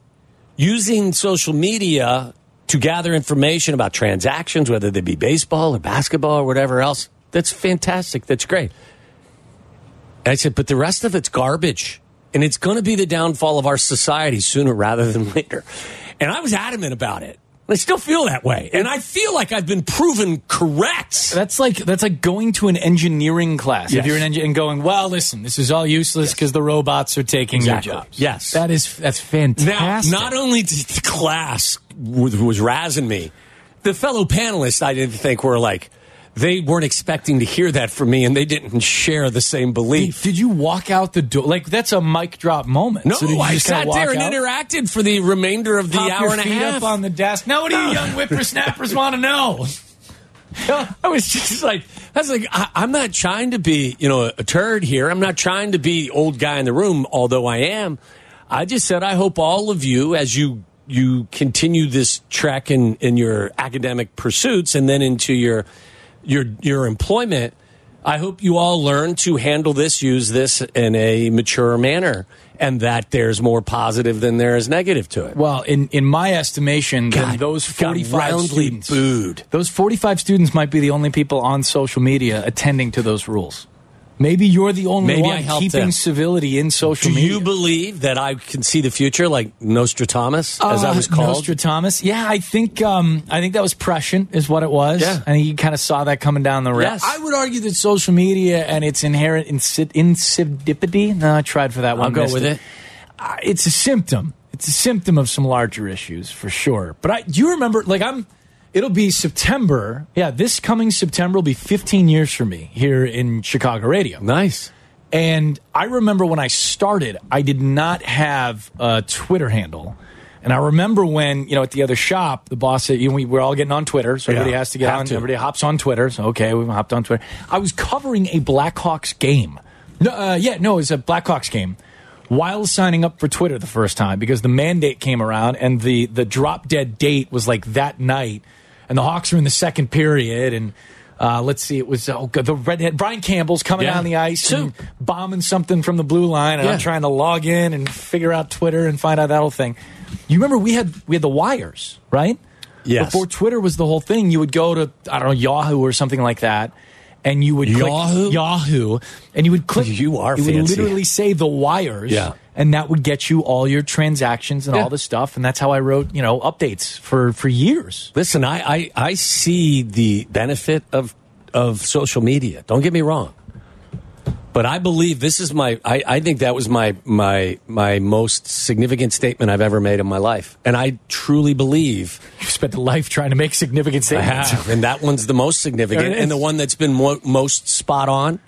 S3: using social media to gather information about transactions, whether they be baseball or basketball or whatever else, that's fantastic. That's great. And I said, but the rest of it's garbage. And it's going to be the downfall of our society sooner rather than later. And I was adamant about it. I still feel that way. And I feel like I've been proven correct.
S4: That's like that's like going to an engineering class.
S3: Yes.
S4: If you're an engineer and going, well, listen, this is all useless because the robots are taking
S3: Exactly.
S4: your jobs.
S3: Yes.
S4: that is that's
S3: Now,
S4: fantastic.
S3: not only did the class was, was razzing me, the fellow panelists I didn't think were like, they weren't expecting to hear that from me and they didn't share the same belief.
S4: did you walk out the door? Like that's a mic drop moment.
S3: No,
S4: So did you
S3: I
S4: just kinda
S3: sat
S4: walk
S3: there and
S4: out,
S3: interacted for the remainder of the
S4: pop
S3: hour
S4: your
S3: and a
S4: feet
S3: half.
S4: up on the desk. Now, what do you young whippersnappers want to know?
S3: I was just like, I was like, I, I'm not trying to be, you know, a turd here. I'm not trying to be old guy in the room, although I am. I just said, I hope all of you, as you you continue this trek in in your academic pursuits and then into your your your employment, I hope you all learn to handle this, use this in a mature manner, and that there's more positive than there is negative to it.
S4: Well, in in my estimation, then
S3: God,
S4: those
S3: got
S4: forty five
S3: roundly
S4: students,
S3: booed.
S4: those forty five students might be the only people on social media attending to those rules. Maybe you're the only
S3: Maybe I
S4: one
S3: helped
S4: keeping
S3: them.
S4: civility in social
S3: Do
S4: media.
S3: you believe that I can see the future, like Nostradamus, as I was
S4: Uh,
S3: called?
S4: Nostradamus. Yeah, I think um, I think that was prescient, is what it was.
S3: Yeah.
S4: I think you kind of saw that coming down the road.
S3: Yes.
S4: I would argue that social media and its inherent insid- insipidity. No, I tried for that one.
S3: I'll go
S4: missed
S3: with it.
S4: Uh, it's a symptom. It's a symptom of some larger issues for sure. But I do you remember? Like I'm. It'll be September. Yeah, this coming September will be 15 years for me here in Chicago radio.
S3: Nice.
S4: And I remember when I started, I did not have a Twitter handle. And I remember when, you know, at the other shop, the boss said, you know, we were all getting on Twitter. So everybody has to get
S3: have
S4: on.
S3: to.
S4: Everybody hops on Twitter. So, okay, we hopped on Twitter. I was covering a Blackhawks game. No, uh, yeah, no, it was a Blackhawks game while signing up for Twitter the first time because the mandate came around and the, the drop dead date was like that night. And the Hawks were in the second period. And uh, let's see, it was oh, God, the redhead, Brian Campbell's coming
S3: Yeah.
S4: down the ice
S3: Soup.
S4: and bombing something from the blue line, and
S3: Yeah.
S4: I'm trying to log in and figure out Twitter and find out that whole thing. You remember we had we had the wires, right?
S3: Yes.
S4: Before Twitter was the whole thing, you would go to I don't know Yahoo or something like that, and you would
S3: Yahoo?
S4: click Yahoo, and you would click.
S3: You are
S4: It would
S3: fancy.
S4: literally say the wires,
S3: Yeah.
S4: and that would get you all your transactions and
S3: Yeah.
S4: all the stuff, and that's how I wrote you know updates for for years.
S3: Listen, I, I, I see the benefit of of social media. Don't get me wrong. But I believe this is my I, I think that was my my my most significant statement I've ever made in my life. And I truly believe
S4: You spent a life trying to make significant
S3: I
S4: statements.
S3: have. And that one's the most significant
S4: There it
S3: and the
S4: is.
S3: one that's been mo- most spot on.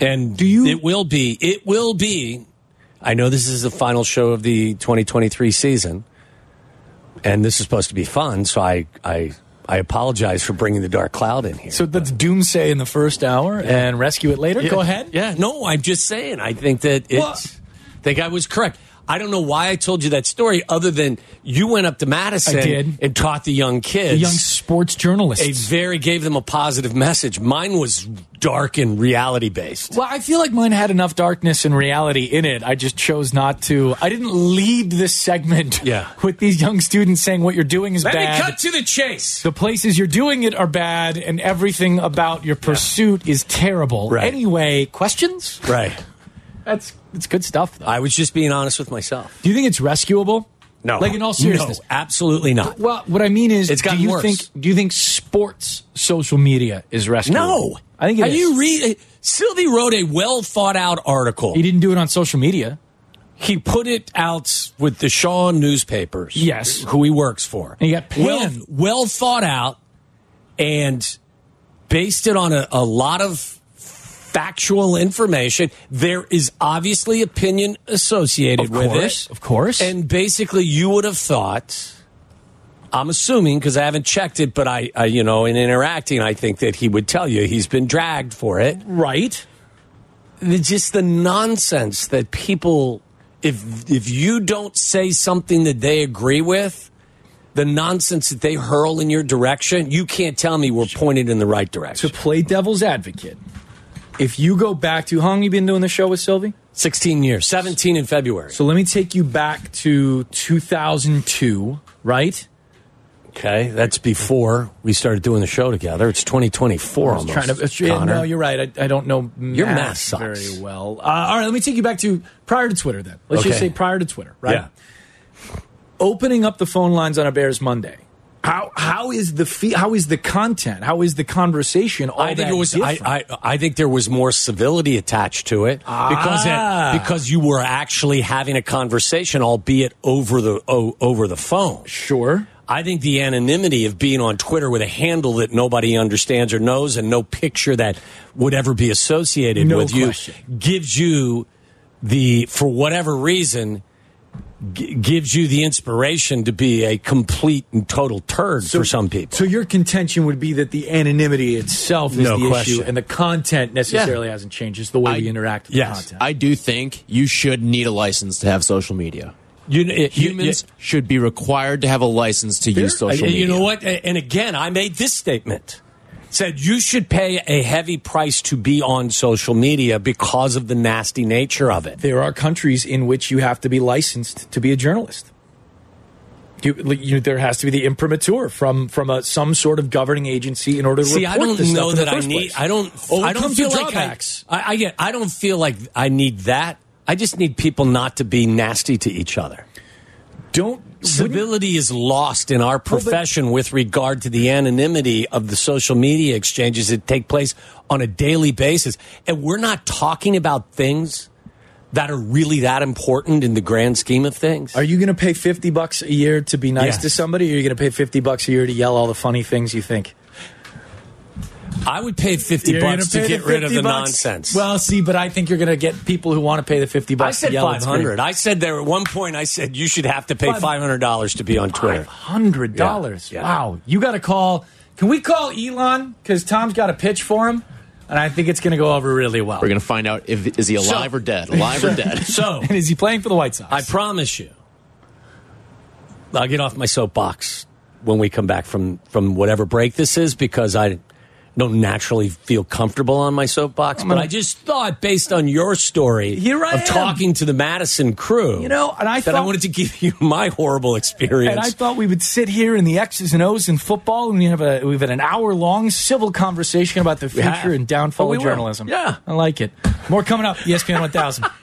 S3: And do you it will be it will be I know this is the final show of the 2023 season and this is supposed to be fun so I I I apologize for bringing the dark cloud in here.
S4: So that's doomsday in the first hour and rescue it later. Go ahead.
S3: Yeah, no, I'm just saying. I think that it's. I think I was correct. I don't know why I told you that story, other than you went up to Madison
S4: I did.
S3: and taught the young kids.
S4: The young sports journalist.
S3: a very gave them a positive message. Mine was dark and reality based.
S4: Well, I feel like mine had enough darkness and reality in it. I just chose not to. I didn't lead this segment
S3: Yeah.
S4: with these young students saying what you're doing is
S3: Let
S4: bad.
S3: me cut to the chase.
S4: the places you're doing it are bad, and everything about your pursuit is terrible.
S3: Right.
S4: Anyway, questions?
S3: Right.
S4: That's it's good stuff. Though.
S3: I was just being honest with myself.
S4: Do you think it's rescuable?
S3: No.
S4: Like in all seriousness.
S3: No, absolutely not.
S4: Well, what I mean is,
S3: It's
S4: do
S3: gotten
S4: you
S3: worse.
S4: think do you think sports social media is rescuable?
S3: No.
S4: I think it
S3: Are
S4: is.
S3: you re- Sylvie wrote a well thought out article.
S4: he didn't do it on social media.
S3: He put it out with the Shaw newspapers.
S4: Yes.
S3: Who he works for.
S4: And he got
S3: well,
S4: panned.
S3: well thought out and based it on a, a lot of factual information. There is obviously opinion associated
S4: Of
S3: with
S4: course,
S3: it.
S4: of course.
S3: And basically, you would have thought. I'm assuming because I haven't checked it, but I, I, you know, in interacting, I think that he would tell you he's been dragged for it.
S4: Right.
S3: The- just the nonsense that people if if you don't say something that they agree with the nonsense that they hurl in your direction you can't tell me we're pointed in the right
S4: to
S3: direction
S4: play devil's advocate, if you go back to how long you been doing the show with Sylvie?
S3: 16 years 17 in february
S4: So let me take you back to 2002, right?
S3: okay that's before we started doing the show together it's 2024 almost
S4: Trying to, it's- yeah,
S3: Connor.
S4: no, you're right. I, I don't know math
S3: Your math sucks.
S4: very well. Uh, all right, let me take you back to prior to Twitter then. Let's just
S3: Okay.
S4: say prior to Twitter, right?
S3: yeah
S4: Opening up the phone lines on a Bears Monday. How how is the fee, how is the content? How is the conversation? All
S3: I think
S4: that
S3: it was. I,
S4: different?
S3: I I think there was more civility attached to it because
S4: Ah.
S3: it, because you were actually having a conversation, albeit over the o, over the phone.
S4: sure.
S3: I think the anonymity of being on Twitter with a handle that nobody understands or knows and no picture that would ever be associated
S4: No
S3: with you
S4: question.
S3: gives you the, for whatever reason, g- gives you the inspiration to be a complete and total turd for some people.
S4: So your contention would be that the anonymity itself is
S3: No
S4: the issue,
S3: question.
S4: and the content necessarily
S6: Yeah.
S4: hasn't changed. It's the way
S6: I-
S4: we interact with
S3: Yes.
S4: the content.
S6: I do think you should need a license to have social media.
S3: you, it- you-
S6: Humans should be required to have a license to use social
S3: And
S6: media.
S3: You know what? A- And again, I made this statement. Said you should pay a heavy price to be on social media because of the nasty nature of it.
S4: there are countries in which you have to be licensed to be a journalist. You, like, you, there has to be the imprimatur from from a, some sort of governing agency in order to
S3: See, I
S4: report
S3: don't
S4: this stuff
S3: know
S4: in the
S3: that I
S4: first
S3: need.
S4: place.
S3: I don't.
S4: Oh, when
S3: I
S4: it
S3: don't
S4: comes to
S3: feel like I,
S4: drawbacks.
S3: I. I get. I don't feel like I need that. I just need people not to be nasty to each other.
S4: don't wouldn't-
S3: Civility is lost in our profession with regard to the anonymity of the social media exchanges that take place on a daily basis, and we're not talking about things that are really that important in the grand scheme of things.
S4: Are you going to pay fifty bucks a year to be nice
S3: Yes.
S4: to somebody, or are you going to pay fifty bucks a year to yell all the funny things you think?
S3: I would pay 50
S4: You're
S3: bucks
S4: gonna
S3: to
S4: pay
S3: get rid of
S4: 50
S3: the
S4: bucks?
S3: nonsense.
S4: Well, see, but I think you're going to get people who want to pay the fifty
S3: I
S4: bucks.
S3: said
S4: to yell and
S3: five
S4: scream.
S3: hundred. I said there at one point. I said you should have to pay
S4: Five-
S3: five hundred dollars to be on Twitter.
S4: hundred dollars.
S3: Yeah.
S4: Wow, you got to call. Can we call Elon? Because Tom's got a pitch for him, and I think it's going to go over really well.
S6: We're gonna find out if is he alive or dead. Alive or dead.
S3: So
S4: and is he playing for the White Sox?
S3: I promise you, I'll get off my soapbox when we come back from from whatever break this is because I don't naturally feel comfortable on my soapbox. But I just thought, based on your story
S4: Here I
S3: of
S4: am.
S3: talking to the Madison crew,
S4: You know, and I
S3: that I
S4: thought-
S3: wanted to give you my horrible experience.
S4: and I thought we would sit here in the X's and O's in football, and we have a we've had an hour long civil conversation about the
S3: have.
S4: future and downfall
S3: Oh, we
S4: of
S3: will.
S4: journalism.
S3: Yeah.
S4: E I like it. More coming up. ESPN 1000.